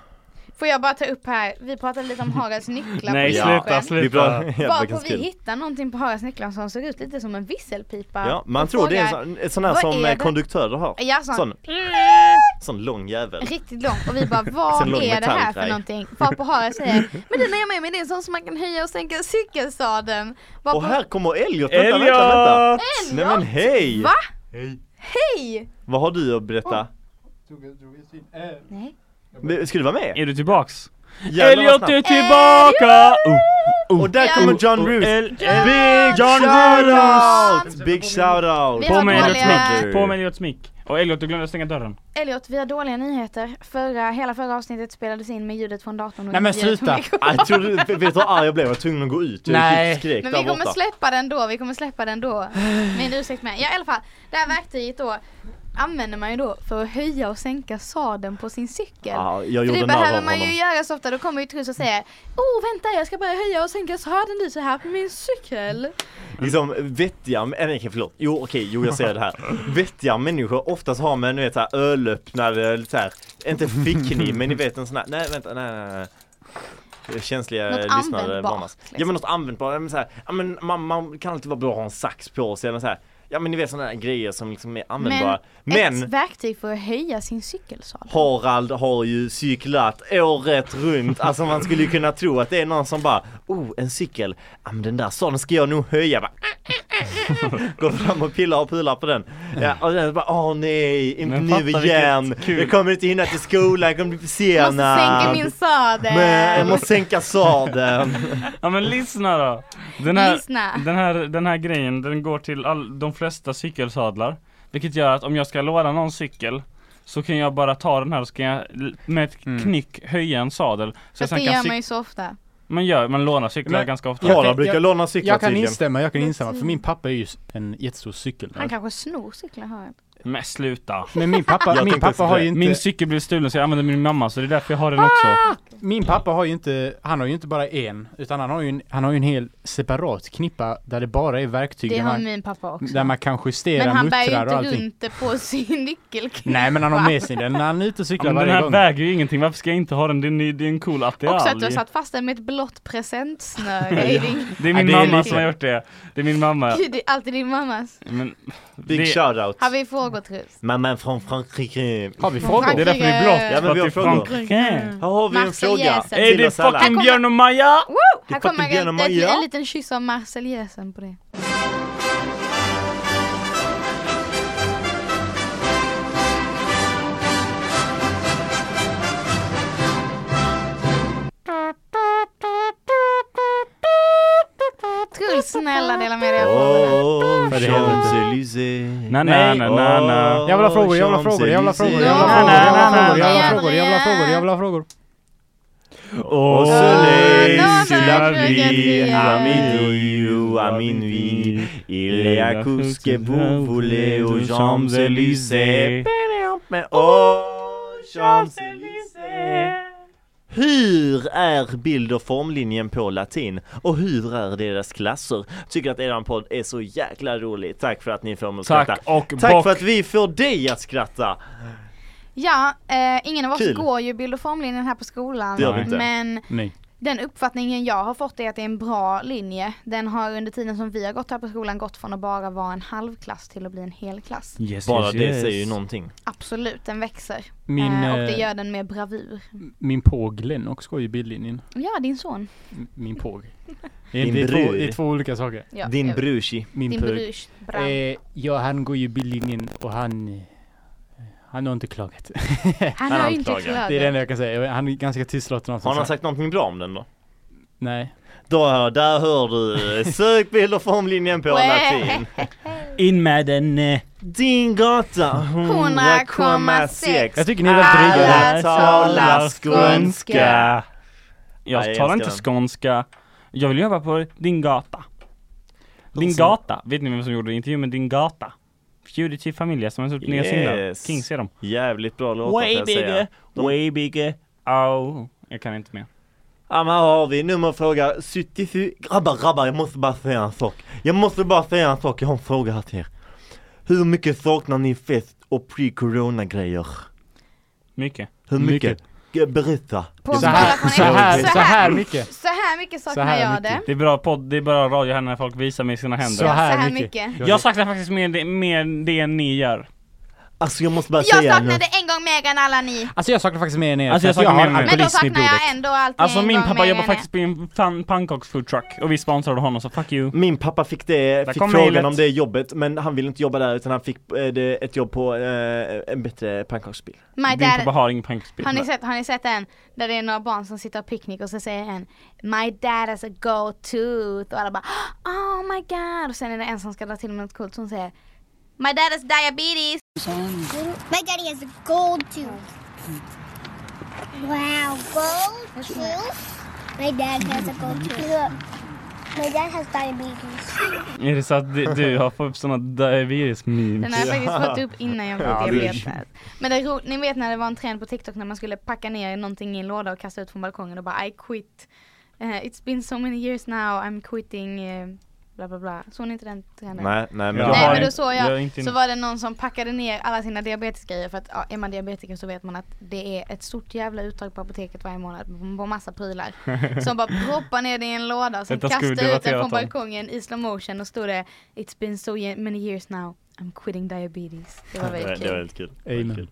Speaker 3: Får jag bara ta upp här, vi pratade lite om Haralds nycklar
Speaker 2: Nej,
Speaker 3: på
Speaker 2: sluta,
Speaker 3: lunchen.
Speaker 2: sluta.
Speaker 5: Vi bra, jävla
Speaker 3: Varpå
Speaker 5: kul.
Speaker 3: vi hittar någonting på Haralds nycklar som ser ut lite som en visselpipa.
Speaker 5: Ja, man
Speaker 3: Och
Speaker 5: tror det är en
Speaker 3: frågar-
Speaker 5: sån, en sån här
Speaker 3: vad
Speaker 5: som
Speaker 3: är
Speaker 5: eh,
Speaker 3: det?
Speaker 5: konduktörer har
Speaker 3: Ja, sån. Mm,
Speaker 5: Sån, sån lång jävel
Speaker 3: Riktigt lång och vi bara vad
Speaker 5: Sån lång
Speaker 3: är det här för
Speaker 5: metallgrej.
Speaker 3: någonting? Varpå Harald säger men den har jag med mig, det är en sån som man kan höja och sänka cykelsadeln. Varpå,
Speaker 5: Och här kommer Elliot, vänta, vänta, vänta Nej men hej!
Speaker 3: Va?
Speaker 5: Hej.
Speaker 3: Hej!
Speaker 5: Vad har du att berätta?
Speaker 3: Oh. Nej.
Speaker 5: Men, Ska du vara med?
Speaker 2: Är du tillbaks?
Speaker 5: Jävlar, vad
Speaker 2: Elliot
Speaker 5: snabbt.
Speaker 2: är tillbaka! Oh.
Speaker 5: Och där
Speaker 3: Ja.
Speaker 5: kommer John
Speaker 2: Oh,
Speaker 5: Roos!
Speaker 2: El-
Speaker 5: Big
Speaker 2: John
Speaker 5: shout-out! Big
Speaker 3: Vi
Speaker 5: shout-out!
Speaker 3: har
Speaker 2: På med Elliot
Speaker 3: dåliga-
Speaker 2: Smick, på med Elliot Smick. Och Elliot du glömde stänga dörren.
Speaker 3: Elliot, vi har dåliga nyheter. Förra, hela förra avsnitet spelades in med ljudet från datorn och
Speaker 8: Nej men
Speaker 3: inte ljudet från
Speaker 8: sluta!
Speaker 3: mikrofonen.
Speaker 5: Jag tror du, vet du hur arg jag blev? Jag var tvungen att gå ut, jag
Speaker 8: Nej.
Speaker 5: gick ut och skrek
Speaker 3: Men
Speaker 5: där
Speaker 3: vi kommer
Speaker 5: borta
Speaker 3: släppa den då, vi kommer släppa den då. Min ursäkt med. Ja i alla fall, det här verktyget då använder man ju då för att höja och sänka sadeln på sin cykel.
Speaker 5: Ja, jag
Speaker 3: För
Speaker 5: gjorde
Speaker 3: det
Speaker 5: narr
Speaker 3: behöver
Speaker 5: av
Speaker 3: man ju
Speaker 5: honom
Speaker 3: göra så ofta, då kommer ju Truls och säger Oh vänta jag ska bara höja och sänka sadeln nu så här på min cykel.
Speaker 5: Liksom vettiga, nej nej, förlåt, jo okej, jo jag säger det här Vettiga människor, oftast har man ni vet såhär ölöppnare, eller så här. inte fickkniv men ni vet en sån här, nej vänta, nej nej nej känsliga
Speaker 3: Något
Speaker 5: lyssnare
Speaker 3: användbart,
Speaker 5: varnas. Ja
Speaker 3: liksom.
Speaker 5: men något användbart, ja, men så här, ja, men man, man kan alltid vara bra att ha en sax på sig eller så här. Ja men ni vet sådana där grejer som liksom är användbara. Men,
Speaker 3: Ett verktyg för att höja sin cykelsadel.
Speaker 5: Harald har ju cyklat året runt, alltså man skulle ju kunna tro att det är någon som bara Oh, en cykel, ja men den där sadeln ska jag nog höja bara, Går fram och pillar och pilar på den ja, Och den bara, åh nej, inte
Speaker 2: Men
Speaker 5: nu
Speaker 2: fatta vilket
Speaker 5: igen
Speaker 2: kul.
Speaker 5: Jag kommer inte hinna till skolan, jag kommer bli
Speaker 3: Jag måste sänka
Speaker 5: försenad
Speaker 3: min sadel.
Speaker 5: Men jag måste sänka sadeln
Speaker 2: Ja men lyssna då! Den här,
Speaker 3: Lyssna.
Speaker 2: Den, här, den här grejen den går till all, de flesta cykelsadlar Vilket gör att om jag ska låna någon cykel Så kan jag bara ta den här och så kan jag l- med ett knyck höja en sadel så
Speaker 3: Fast
Speaker 2: jag
Speaker 3: det
Speaker 2: sen kan
Speaker 3: gör
Speaker 2: cyk-
Speaker 3: man ju så ofta.
Speaker 2: man gör, man lånar cyklar
Speaker 8: Men-
Speaker 2: ganska ofta
Speaker 8: Ja.
Speaker 5: Harald brukar låna cyklar
Speaker 8: Jag kan
Speaker 5: tydligen
Speaker 8: instämma, jag kan instämma. För min pappa är ju s- en jättestor
Speaker 3: Mm. Han
Speaker 8: cykelnörd.
Speaker 3: kanske snor cyklar här.
Speaker 2: Men sluta!
Speaker 8: Men min pappa, min
Speaker 5: tänkte
Speaker 8: pappa har ju inte...
Speaker 2: Min cykel blev stulen så jag använde min mamma så det är därför jag har
Speaker 3: Ah!
Speaker 2: den också
Speaker 8: Min pappa har ju inte, han har ju inte bara en, utan han har ju en, han har ju en hel separat knippa där det bara är verktyg
Speaker 3: Det
Speaker 8: där
Speaker 3: har
Speaker 8: man,
Speaker 3: min pappa också.
Speaker 8: där man kan justera
Speaker 3: Men han bär ju
Speaker 8: muttrar och
Speaker 3: inte
Speaker 8: allting.
Speaker 3: runt det på sin nyckelkniv.
Speaker 8: Nej men han har med sig den när han är ute och
Speaker 2: ja,
Speaker 8: cyklar
Speaker 2: men Den
Speaker 8: varje
Speaker 2: här
Speaker 8: gång.
Speaker 2: väger ju ingenting, varför ska jag inte ha den? Det är en, ny- det är en cool attiralj
Speaker 3: Också att du har satt fast den med ett blått presentsnöre i din...
Speaker 2: Det är min
Speaker 8: Ja, det är
Speaker 2: mamma
Speaker 8: lite-
Speaker 2: som har gjort det Det är min mamma
Speaker 3: Gud, det är alltid din mammas.
Speaker 2: Men
Speaker 5: Big
Speaker 2: det,
Speaker 5: shoutout
Speaker 3: Har vi frågor Truls?
Speaker 5: Mamman från Frankrike
Speaker 8: Har vi frågor?
Speaker 2: det är därför det är blått,
Speaker 5: Ja, men vi
Speaker 2: för
Speaker 5: har
Speaker 2: att det är
Speaker 5: frågor.
Speaker 2: Frankrike
Speaker 5: Här har vi en fråga
Speaker 3: Marseillaisen.
Speaker 2: Är
Speaker 5: till
Speaker 2: typ det
Speaker 5: oss alla
Speaker 2: fucking
Speaker 3: kommer-
Speaker 2: Björn och Maja?
Speaker 3: Woo! Här
Speaker 5: fucking
Speaker 3: kommer
Speaker 5: Björn och
Speaker 3: en,
Speaker 5: Maja.
Speaker 3: en liten kyss av Marseljäsen på det. Truls, snälla dela med dig av frågorna.
Speaker 5: Åh,
Speaker 8: För det är helvete.
Speaker 5: Champs-Élysées
Speaker 2: Na, na, na, na, na.
Speaker 5: Åh,
Speaker 8: Jag vill ha frågor, jag vill ha frågor, jag vill ha frågor, jag vill ha
Speaker 3: Ja,
Speaker 8: frågor, jag vill
Speaker 3: ja,
Speaker 8: ha frågor, jag vill ha frågor, jag vill ha frågor, jag vill ha frågor.
Speaker 5: Au soleil,
Speaker 3: non,
Speaker 5: sur
Speaker 3: non,
Speaker 5: la
Speaker 3: je
Speaker 5: vie,
Speaker 3: regrette.
Speaker 5: à midi ou à minuit, il y a tout ce que vous voulez aux Champs-Élysées. Men åh, Champs-Élysées. Hur är bild och formlinjen på latin? Och hur är deras klasser? Tycker att eran podd är så jäkla rolig. Tack för att ni får mig att skratta.
Speaker 2: Tack och
Speaker 5: Tack
Speaker 2: bock!
Speaker 5: för att vi får dig att skratta!
Speaker 3: Ja, eh, ingen av oss
Speaker 5: Kul.
Speaker 3: går ju bild och formlinjen här på skolan.
Speaker 5: Det gör vi inte.
Speaker 3: Men
Speaker 8: Nej.
Speaker 3: den uppfattningen jag har fått är att det är en bra linje. Den har under tiden som vi har gått här på skolan gått från att bara vara en halvklass till att bli en hel klass.
Speaker 2: Yes,
Speaker 5: Bara
Speaker 2: yes,
Speaker 5: det
Speaker 2: yes.
Speaker 5: säger ju någonting.
Speaker 3: Absolut, den växer.
Speaker 8: Min,
Speaker 3: eh, och det
Speaker 8: eh,
Speaker 3: gör den med bravur.
Speaker 8: Min påg Lennox går ju i bildlinjen.
Speaker 3: Ja, din son.
Speaker 8: M- Min påg. Det är,
Speaker 5: Din
Speaker 8: det, är två,
Speaker 5: brud.
Speaker 8: det är två olika saker.
Speaker 3: Ja,
Speaker 5: Din
Speaker 3: jag-
Speaker 5: brushi.
Speaker 8: Min
Speaker 3: Din
Speaker 8: påg.
Speaker 3: brus. Eh,
Speaker 8: Eh, ja, han går ju i bildlinjen och han... eh, Han har inte klagat.
Speaker 3: han
Speaker 5: han
Speaker 3: har ju inte
Speaker 5: klagar.
Speaker 3: klagat.
Speaker 8: Det är det enda jag kan säga. Han är ganska tystlåten av sig.
Speaker 5: Har han sagt någonting bra om den då?
Speaker 8: Nej.
Speaker 5: Då, där hör du, sök bild och formlinjen på latin.
Speaker 2: In med den! eh.
Speaker 5: Din gata 100,6.
Speaker 8: Jag tycker ni är väldigt dryga.
Speaker 3: Alla
Speaker 8: här.
Speaker 3: talar
Speaker 5: skånska.
Speaker 2: Jag
Speaker 5: Nej, jag älskar
Speaker 2: talar inte
Speaker 5: den.
Speaker 2: skånska Jag vill jobba på din gata Din gata, vet ni vem som gjorde intervju med din gata? Fugity Familia som har gjort nya
Speaker 5: Yes.
Speaker 2: singlar, Kings är de
Speaker 5: Jävligt bra låtar får jag säga. De-
Speaker 2: way bigger Au, jag kan inte mer
Speaker 5: Ja men här har vi nummerfråga 77. Grabbar, grabbar, jag måste bara säga en sak. Jag måste bara säga en sak, jag har en fråga här till er. Hur mycket saknar ni fest och pre-corona grejer?
Speaker 2: Mycket
Speaker 5: Hur mycket? Berätta.
Speaker 3: På en
Speaker 8: Så
Speaker 3: skala
Speaker 8: här,
Speaker 3: från
Speaker 8: så
Speaker 3: en-
Speaker 8: här,
Speaker 5: Så
Speaker 8: så här mycket.
Speaker 3: Så här mycket saknar
Speaker 8: här
Speaker 3: jag
Speaker 8: mycket.
Speaker 3: det.
Speaker 2: Det är bra podd, det är bra radio här när folk visar med sina händer
Speaker 8: Så här,
Speaker 3: så här
Speaker 8: mycket.
Speaker 3: mycket.
Speaker 2: Jag saknar faktiskt mer det, mer det ni gör
Speaker 5: Alltså jag måste bara
Speaker 3: Jag
Speaker 5: säga nu.
Speaker 3: saknade en gång mer än alla ni.
Speaker 8: Alltså jag saknar faktiskt mer än er.
Speaker 2: Alltså, jag
Speaker 8: för att
Speaker 2: saknar
Speaker 8: har
Speaker 2: mer än er.
Speaker 3: Men då
Speaker 8: alkoholism i
Speaker 3: saknar jag
Speaker 8: blodet.
Speaker 3: ändå alltid
Speaker 2: Alltså
Speaker 3: en
Speaker 2: min
Speaker 3: gång
Speaker 2: pappa
Speaker 3: mer
Speaker 2: jobbar
Speaker 3: än er.
Speaker 2: faktiskt på en pan- pannkaks foodtruck och vi sponsrade honom så fuck you
Speaker 5: Min pappa fick, det,
Speaker 2: Där
Speaker 5: fick
Speaker 2: kom
Speaker 5: frågan
Speaker 2: mejlet.
Speaker 5: om det jobbet men han ville inte jobba där utan han fick eh, det, ett jobb på eh, en bättre pannkaksbil.
Speaker 3: My
Speaker 2: Din pappa
Speaker 3: dad,
Speaker 2: har ingen pannkaksbil
Speaker 3: har ni, sett, har ni sett en där det är några barn som sitter och picknick och så säger en My dad has a gold tooth och alla bara Oh my god och sen är det en som ska dra till med något coolt som säger My dad has diabetes
Speaker 9: My daddy has a gold tooth. Wow, gold tooth? My dad has a gold tooth. Look, my dad has diabetes.
Speaker 2: Är det så att du, du har fått upp såna diabetes-memes?
Speaker 3: Den har jag faktiskt fått upp innan jag fick diabetes Men det är ro- ni vet när det var en trend på TikTok när man skulle packa ner någonting i en låda och kasta ut från balkongen och bara I quit Eh, It's been so many years now I'm quitting eh, bla bla bla. Såg ni inte den trenden?
Speaker 5: Nej, nej men...
Speaker 2: Jag
Speaker 3: Nej
Speaker 2: har
Speaker 3: men då
Speaker 2: inte-
Speaker 3: såg jag,
Speaker 2: jag är inte inne.
Speaker 3: så var det någon som packade ner alla sina diabetesgrejer för att ja, är man diabetiker så vet man att det är ett stort jävla uttag på apoteket varje månad på massa prylar. Som bara proppar ner det i en låda och sen
Speaker 2: Detta skulle vi
Speaker 3: kastar ut den
Speaker 2: debatterat
Speaker 3: från
Speaker 2: om.
Speaker 3: balkongen i slow motion och stod det It's been so ye- many years now, I'm quitting diabetes. Det var
Speaker 5: det, var-
Speaker 3: väldigt
Speaker 5: det var
Speaker 3: kul.
Speaker 5: väldigt kul. Det var
Speaker 8: Amen.
Speaker 5: kul.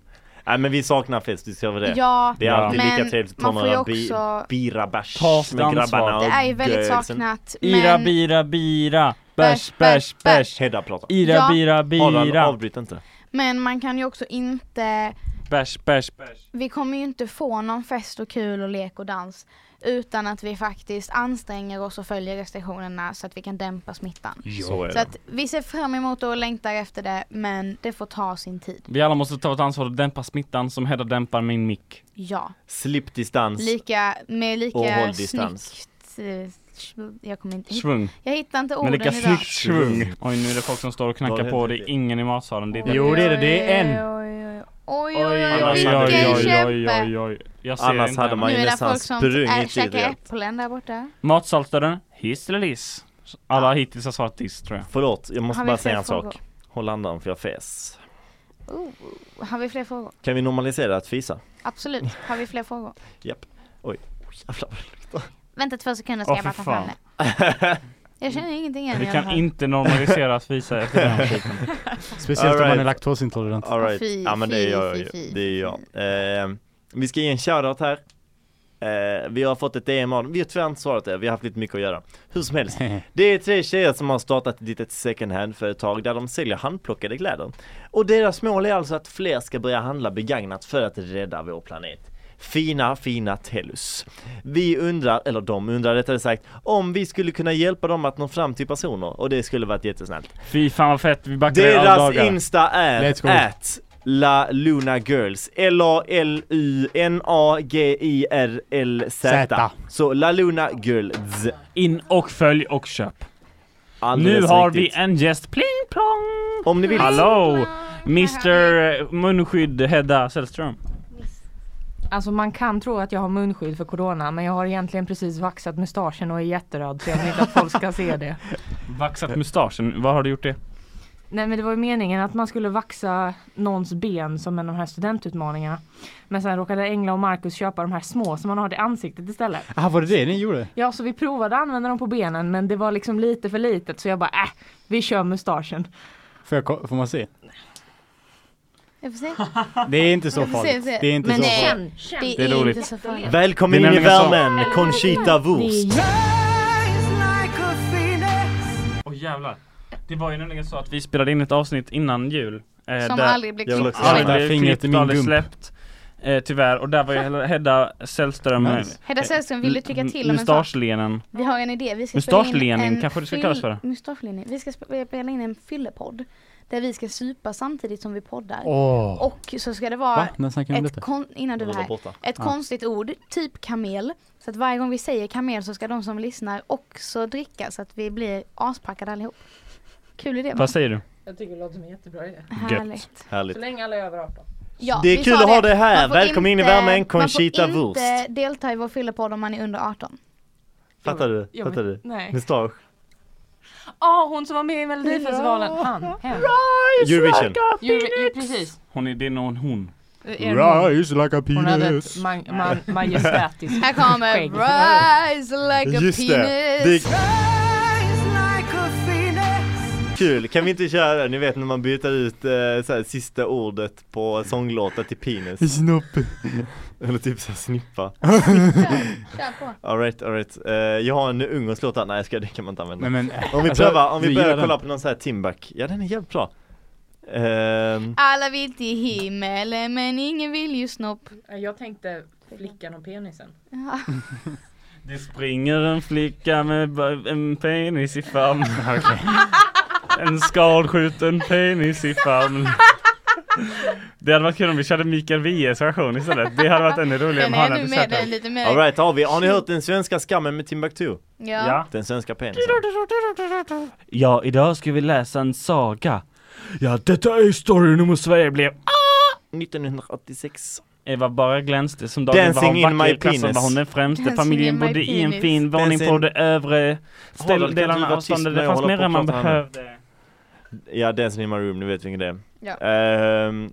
Speaker 5: Nej men vi saknar fest, vi ska över det.
Speaker 3: Ja,
Speaker 5: Det är alltid
Speaker 3: men
Speaker 5: lika trevligt att ta
Speaker 3: man får ju
Speaker 5: några bi,
Speaker 3: också-
Speaker 5: birabärs
Speaker 2: Ta sitt
Speaker 5: med grabbarna
Speaker 2: ansvar.
Speaker 5: och liksom
Speaker 3: det är ju väldigt
Speaker 5: gösen.
Speaker 3: saknat.
Speaker 2: Ira
Speaker 3: Men,
Speaker 2: bira bira, bärs bärs bärs.
Speaker 5: Hedda pratar.
Speaker 2: Ira
Speaker 3: Ja.
Speaker 2: bira
Speaker 5: Adrian,
Speaker 2: bira,
Speaker 5: avbryt inte.
Speaker 3: men man kan ju också inte
Speaker 2: bärs bärs bärs.
Speaker 3: vi kommer ju inte få någon fest och kul och lek och dans utan att vi faktiskt anstränger oss och följer restriktionerna så att vi kan dämpa smittan.
Speaker 5: Så är
Speaker 3: Så
Speaker 5: det.
Speaker 3: att vi ser fram emot och längtar efter det men det får ta sin tid.
Speaker 2: Vi alla måste ta ett ansvar och dämpa smittan som Hedda dämpar min mick.
Speaker 3: Ja,
Speaker 5: Slipp distans.
Speaker 3: lika med
Speaker 5: Och
Speaker 3: lika
Speaker 5: håll distans.
Speaker 3: snyggt eh, sch- jag kommer inte hit.
Speaker 2: Svung.
Speaker 3: Jag hittar inte
Speaker 2: Men
Speaker 3: orden
Speaker 2: lika
Speaker 3: idag.
Speaker 2: snyggt svung. Oj nu är det folk som står och
Speaker 5: Vad
Speaker 2: knackar
Speaker 5: händer?
Speaker 2: på, det är ingen i matsalen. Det är
Speaker 8: Jo, det är det. Det är en.
Speaker 3: Oj oj oj, oj,
Speaker 5: Annars
Speaker 3: oj,
Speaker 5: hade
Speaker 3: oj,
Speaker 5: vi-
Speaker 3: oj, vilken kämpe!
Speaker 2: oj, oj. Jag ser
Speaker 5: Annars
Speaker 2: inte
Speaker 5: hade
Speaker 2: henne.
Speaker 5: man
Speaker 3: Nu
Speaker 5: ju
Speaker 3: är det
Speaker 5: nästan
Speaker 3: folk som äh,
Speaker 5: sprungit i
Speaker 3: käkar
Speaker 5: det.
Speaker 3: äpplen där borta.
Speaker 2: Matsaltaren, hiss eller liss? Alla hittills har svarat diss tror jag.
Speaker 5: Förlåt, jag måste
Speaker 3: Har vi
Speaker 5: bara
Speaker 3: fler
Speaker 5: säga en
Speaker 3: frågor?
Speaker 5: sak. Håll andan för jag fes.
Speaker 3: Oh, har vi fler frågor?
Speaker 5: Kan vi normalisera att fisa?
Speaker 3: Absolut, har vi fler frågor?
Speaker 5: Japp. Oj, Oj, jävlar vad det luktar.
Speaker 3: Vänta två sekunder ska
Speaker 2: Åh,
Speaker 3: jag bara
Speaker 2: för
Speaker 3: ta fram
Speaker 2: fan.
Speaker 3: det. Jag känner ingenting än
Speaker 2: Vi
Speaker 3: i alla
Speaker 2: kan
Speaker 3: fall.
Speaker 2: inte normalisera att visa efter den skiten.
Speaker 8: Speciellt om
Speaker 5: Alright.
Speaker 8: man är laktosintolerant.
Speaker 5: All right.
Speaker 3: Fy,
Speaker 5: ja men det
Speaker 3: fy,
Speaker 5: är jag
Speaker 3: fy,
Speaker 5: ju.
Speaker 3: fy,
Speaker 5: Det är jag. Eh, vi ska ge en shoutout här. Eh, vi har fått ett DM av Vi har tyvärr inte svarat det, vi har haft lite mycket att göra. Hur som helst. Det är tre tjejer som har startat ett litet second hand-företag där de säljer handplockade kläder. Och deras mål är alltså att fler ska börja handla begagnat för att rädda vår planet. Fina, fina Tellus. Vi undrar, eller de undrar rättare sagt, om vi skulle kunna hjälpa dem att nå fram till personer och det skulle varit jättesnällt.
Speaker 2: Fy fan vad fett, vi backar er alla
Speaker 5: Deras
Speaker 2: dagar.
Speaker 5: Insta är
Speaker 8: Let's go.
Speaker 5: at La Luna Girls L-A-L-U-N-A-G-I-R-L-Z
Speaker 8: Z.
Speaker 5: Så La Luna Girls
Speaker 2: In och följ och köp.
Speaker 5: Alldeles
Speaker 2: Nu har vi
Speaker 5: riktigt.
Speaker 2: en gäst, pling plong!
Speaker 5: Om ni vill
Speaker 2: Hallå! Mr eh, Munskydd Hedda Sällström.
Speaker 10: Alltså man kan tro att jag har munskydd för corona men jag har egentligen precis vaxat mustaschen och är jätteröd så jag vill inte att folk ska se det.
Speaker 2: Vaxat mustaschen, var har du gjort det?
Speaker 10: Nej men det var ju meningen att man skulle vaxa någons ben som en av de här studentutmaningarna. Men sen råkade Engla och Marcus köpa de här små som man har i ansiktet istället.
Speaker 8: Ah, var det det ni gjorde?
Speaker 10: Ja så vi provade att använda dem på benen men det var liksom lite för litet så jag bara äh, vi kör mustaschen.
Speaker 8: Får, jag, ko- får man se?
Speaker 3: Jag får se.
Speaker 8: Det är inte så
Speaker 3: Jag får se,
Speaker 8: farligt.
Speaker 3: se.
Speaker 8: Det är inte
Speaker 3: Men
Speaker 8: så
Speaker 3: det är-
Speaker 8: farligt.
Speaker 3: Det
Speaker 2: Det är
Speaker 3: är
Speaker 2: roligt.
Speaker 3: inte så farligt.
Speaker 5: Välkommen
Speaker 2: Det är
Speaker 5: in i
Speaker 2: nämligen så.
Speaker 5: värmen, Conchita Wurst
Speaker 2: Åh jävlar. Det var ju nämligen så att vi spelade in ett avsnitt innan jul. eh,
Speaker 3: Som
Speaker 2: där-
Speaker 3: aldrig blir
Speaker 5: Jag vill
Speaker 3: klippt.
Speaker 5: också
Speaker 2: aldrig
Speaker 8: Sätta
Speaker 2: blev
Speaker 8: fingret i
Speaker 2: klippt,
Speaker 8: min
Speaker 2: aldrig
Speaker 8: gump.
Speaker 2: släppt. Eh, tyvärr, och där var ju Hedda Sällström eh,
Speaker 8: Nice.
Speaker 3: Hedda Sällström, vill du tycka till om en sak?
Speaker 2: Mustaschlenen.
Speaker 3: Vi har en idé. Vi ska
Speaker 2: Mustaschlening
Speaker 3: spela in en
Speaker 2: kanske det ska
Speaker 3: fyll-
Speaker 2: kallas för.
Speaker 3: Mustaschlening. Vi ska sp- spela in en fyllepodd. Där vi ska supa samtidigt som vi poddar.
Speaker 8: Åh!
Speaker 3: Och så ska det
Speaker 8: Va?
Speaker 3: vara
Speaker 8: När snackar vi om
Speaker 3: ett,
Speaker 8: detta?
Speaker 3: kon- innan du
Speaker 5: Den
Speaker 3: var
Speaker 5: var
Speaker 3: här,
Speaker 5: borta.
Speaker 3: ett konstigt ord, typ kamel. Så att varje gång vi säger kamel så ska de som lyssnar också dricka så att vi blir aspackade allihop. Kul idé va?
Speaker 2: Vad säger du?
Speaker 10: Jag tycker det låter som en jättebra idé.
Speaker 3: Härligt.
Speaker 5: Härligt
Speaker 10: länge alla är över 18.
Speaker 3: Ja,
Speaker 5: Det är
Speaker 3: vi
Speaker 5: kul
Speaker 3: sa
Speaker 5: att ha dig här.
Speaker 3: Man får
Speaker 5: Välkommen in i
Speaker 3: inte-
Speaker 5: värmen, Conchita
Speaker 3: Man får inte
Speaker 5: Wurst.
Speaker 3: delta i vår fyllepodd om man är under 18.
Speaker 5: Fattar du?
Speaker 10: Ja, men-
Speaker 5: Fattar du?
Speaker 10: Nej.
Speaker 5: Mustasch
Speaker 10: Ja hon som var med i Melodifestivalen. Han, hen.
Speaker 5: Eurovision
Speaker 10: Ju, precis.
Speaker 2: Hon är, det är någon hon.
Speaker 10: Er-
Speaker 8: Rise like a
Speaker 10: Hon hade
Speaker 8: penis!
Speaker 10: ett man, man, majestätiskt
Speaker 3: Här kommer
Speaker 10: Skägg.
Speaker 3: Rise like a
Speaker 5: Just
Speaker 3: penis.
Speaker 5: det. Det Kul, kan vi inte köra, ni vet när man byter ut eh, så här, sista ordet på sånglåtar till penis
Speaker 8: Snopp!
Speaker 5: Eller typ såhär snippa
Speaker 3: Kör på.
Speaker 5: Alright, alright. Eh, jag har en Ungernslåt där, nej jag ska, det kan man inte använda.
Speaker 8: Nej men...
Speaker 5: om vi
Speaker 8: alltså,
Speaker 5: prövar, om vi
Speaker 8: gillar
Speaker 5: börjar
Speaker 8: den.
Speaker 5: kolla på någon sån här Timbuk. Ja den är jävligt bra. Ehm,
Speaker 3: Alla vill till himmelen men ingen vill ju snopp.
Speaker 10: Jag tänkte flickan och penisen.
Speaker 3: Ja.
Speaker 2: Det springer en flicka med ba- en penis i famn. En skadskjuten penis i famn. Det hade varit kul om vi körde Mikael Wiehes version istället. Det hade varit ännu roligare
Speaker 3: Den
Speaker 2: om han
Speaker 3: är nu
Speaker 2: hade
Speaker 3: med,
Speaker 2: sett
Speaker 3: den är
Speaker 2: den.
Speaker 3: lite mer.
Speaker 5: Alright, har, vi, har ni hört den svenska skammen med Timbuktu?
Speaker 3: Ja.
Speaker 2: Ja.
Speaker 5: Den svenska penisen.
Speaker 2: ja, idag ska vi läsa en saga. Ja, detta är storyn om hur Sverige blev
Speaker 5: 1986.
Speaker 2: Eva bara glänste som dagen var
Speaker 5: Dancing
Speaker 2: hon
Speaker 5: in
Speaker 2: vacker
Speaker 5: my
Speaker 2: i klassen
Speaker 5: penis.
Speaker 2: var hon den främste.
Speaker 5: Dancing
Speaker 2: Familjen
Speaker 5: in my
Speaker 2: bodde i en
Speaker 5: penis.
Speaker 2: fin våning på
Speaker 5: Dancing-
Speaker 2: det övre
Speaker 5: Harald, kan
Speaker 2: ställ-
Speaker 5: inte du
Speaker 2: delarna
Speaker 5: vara
Speaker 2: av
Speaker 5: tyst
Speaker 2: avståndet.
Speaker 5: när
Speaker 2: Det
Speaker 5: jag
Speaker 2: fanns
Speaker 5: håller
Speaker 2: mer
Speaker 5: på
Speaker 2: än
Speaker 5: att
Speaker 2: man
Speaker 5: prata här nu?
Speaker 2: behövde.
Speaker 5: Ja, Dancing in my room, ni vet vilken det är.
Speaker 3: Ja.
Speaker 5: Ehm,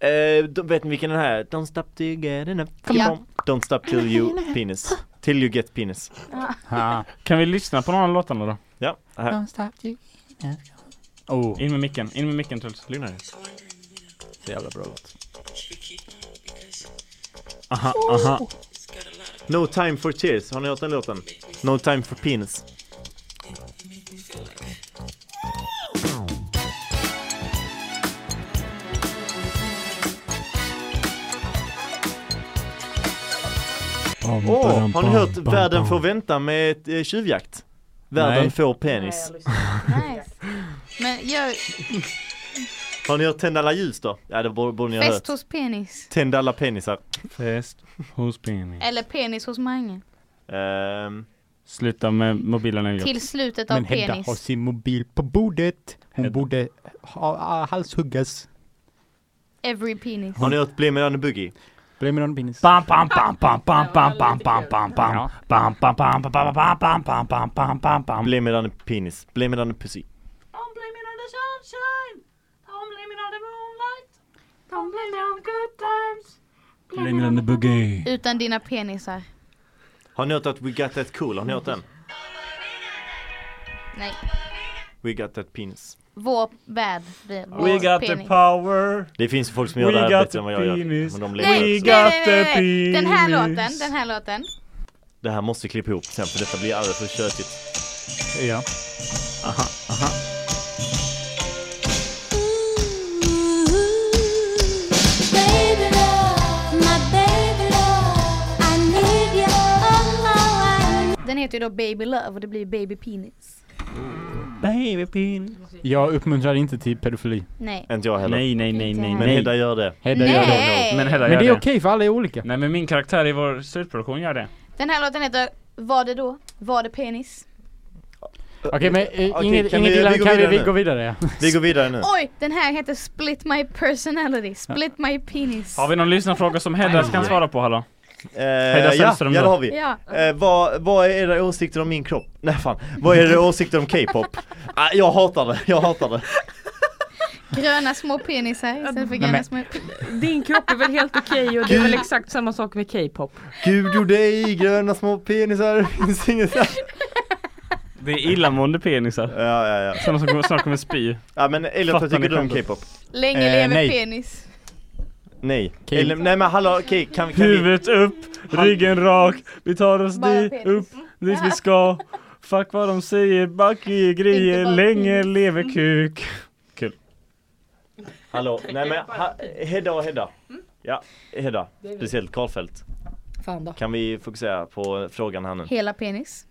Speaker 5: eh, då- vet ni vilken den här? Don't stop till you get enough. Come
Speaker 3: Ja.
Speaker 5: on. Don't stop till you penis. Till you get penis.
Speaker 2: Kan vi lyssna på några av låtarna då?
Speaker 5: Ja, här.
Speaker 2: Oh. In med micken, in med micken Truls.
Speaker 5: Lugna dig.
Speaker 2: Så jävla bra låt. Aha, aha.
Speaker 5: No time for tears, har ni hört den låten? No time for penis. Åh, har ni hört Världen får vänta med eh, tjuvjakt? Världen
Speaker 2: Nej.
Speaker 5: får penis.
Speaker 3: Nice. Men gör
Speaker 5: Har ni hört Tänd alla ljus då? Ja det borde borde ni ha hört.
Speaker 3: fest hos penis.
Speaker 5: Tänd alla penisar.
Speaker 2: Fest hos penis.
Speaker 3: Eller penis hos Mange.
Speaker 5: Ehm,
Speaker 2: Sluta med mobilen Elliot.
Speaker 3: Till slutet av
Speaker 8: Men Hedda har
Speaker 3: penis.
Speaker 8: sin mobil på bordet. Hon borde ha, ha, halshuggas.
Speaker 3: Every penis.
Speaker 5: har ni hört Bli med on the boogie?
Speaker 8: Blame it on penis.
Speaker 2: Bam, bam, bam, bam, bam, bam, bam, bam, bam, bam. Bam, bam, bam, bam, bam, bam, bam, bam, bam, bam, bam, bam.
Speaker 5: Bli med on the penis. Bli med on the pussy.
Speaker 10: Don't blame it on the sunshine. Don't blame it on the moonlight. Don't blame it on good times.
Speaker 2: Blame it on the boogie.
Speaker 3: Utan dina penisar.
Speaker 5: Har ni hört att We got that cool? Har ni hört den?
Speaker 3: Nej.
Speaker 5: We got that penis.
Speaker 3: Vår värld blir vår
Speaker 2: We got
Speaker 3: penis.
Speaker 2: the power.
Speaker 5: Det finns folk som
Speaker 2: We
Speaker 5: gör det här
Speaker 2: got
Speaker 5: bättre än vad
Speaker 2: the
Speaker 5: jag gör.
Speaker 2: penis.
Speaker 5: Men de lever
Speaker 2: We
Speaker 3: Nej, nej,
Speaker 5: upp till det.
Speaker 2: got
Speaker 3: nej, nej,
Speaker 2: the
Speaker 3: nej. Den här
Speaker 2: penis.
Speaker 3: låten, den här låten.
Speaker 5: Det här måste klippa ihop sen för detta blir alldeles för tjötigt.
Speaker 8: Ja.
Speaker 9: Baby love, my baby love, I need you, oh how I
Speaker 3: Den heter ju då Baby Love och det blir Baby Penis.
Speaker 2: Baby pin.
Speaker 8: Jag uppmuntrar inte till pedofili.
Speaker 3: Nej.
Speaker 5: Inte jag heller.
Speaker 2: Nej, nej, nej, nej,
Speaker 5: Men
Speaker 2: nej.
Speaker 5: Hedda gör det.
Speaker 8: Hedda gör det.
Speaker 3: Nej!
Speaker 2: Men Hedda
Speaker 8: Men
Speaker 2: gör
Speaker 8: det är
Speaker 2: det.
Speaker 8: okej för alla är olika.
Speaker 2: Nej men min karaktär i vår slutproduktion gör det.
Speaker 3: Den här låten heter Var det då? Var det penis?
Speaker 8: Okej men eh,
Speaker 5: Okej,
Speaker 8: inget,
Speaker 5: kan
Speaker 8: inget
Speaker 5: vi-
Speaker 8: illa,
Speaker 5: vi går
Speaker 8: kan vi,
Speaker 5: vidare
Speaker 8: vi
Speaker 5: nu?
Speaker 8: gå vidare? Ja.
Speaker 5: Vi går vidare nu.
Speaker 3: Oj! Den här heter Split My Personality. Split My Penis.
Speaker 2: Har vi någon lyssnarfråga som Hedda kan svara på hallå?
Speaker 5: Eh,
Speaker 2: Hedda
Speaker 5: ja, ja
Speaker 2: Sällström
Speaker 5: det
Speaker 2: då.
Speaker 5: har vi.
Speaker 3: Ja.
Speaker 5: Eh, vad, vad är era åsikter om min kropp? Nej fan, vad är era åsikter om K-pop? Ah, jag hatar det, jag hatar det.
Speaker 3: Gröna små penisar istället för gröna små...
Speaker 10: Din kropp är väl helt okej och det är väl exakt samma sak med K-pop.
Speaker 5: Gud och dig, gröna små penisar, finns inget Ja,
Speaker 2: Det är illamående penisar.
Speaker 5: ja, ja.
Speaker 2: Sådana som kommer- snart kommer spy.
Speaker 5: ja men Elliot,
Speaker 2: Fattar
Speaker 5: vad tycker
Speaker 2: ni
Speaker 5: du om
Speaker 2: skämtet?
Speaker 5: K-pop?
Speaker 3: Länge
Speaker 8: Eh,
Speaker 3: lever
Speaker 8: nej.
Speaker 3: penis.
Speaker 5: Nej. Eller, nej men hallå, okej, kan, kan vi?
Speaker 2: Huvudet upp, ryggen rak. Vi tar oss
Speaker 3: Bara
Speaker 2: dit,
Speaker 3: penis.
Speaker 2: upp, dit vi ska. Fuck vad de säger, back i
Speaker 3: Inte bara
Speaker 2: grejer, länge
Speaker 3: penis.
Speaker 2: leve kuk.
Speaker 5: Hallå, nej men ha, Hedda och Hedda.
Speaker 3: Mm.
Speaker 5: Ja, Hedda, speciellt Karlfeldt.
Speaker 10: Fan då.
Speaker 5: Kan vi fokusera på frågan här nu?
Speaker 3: Hela penis.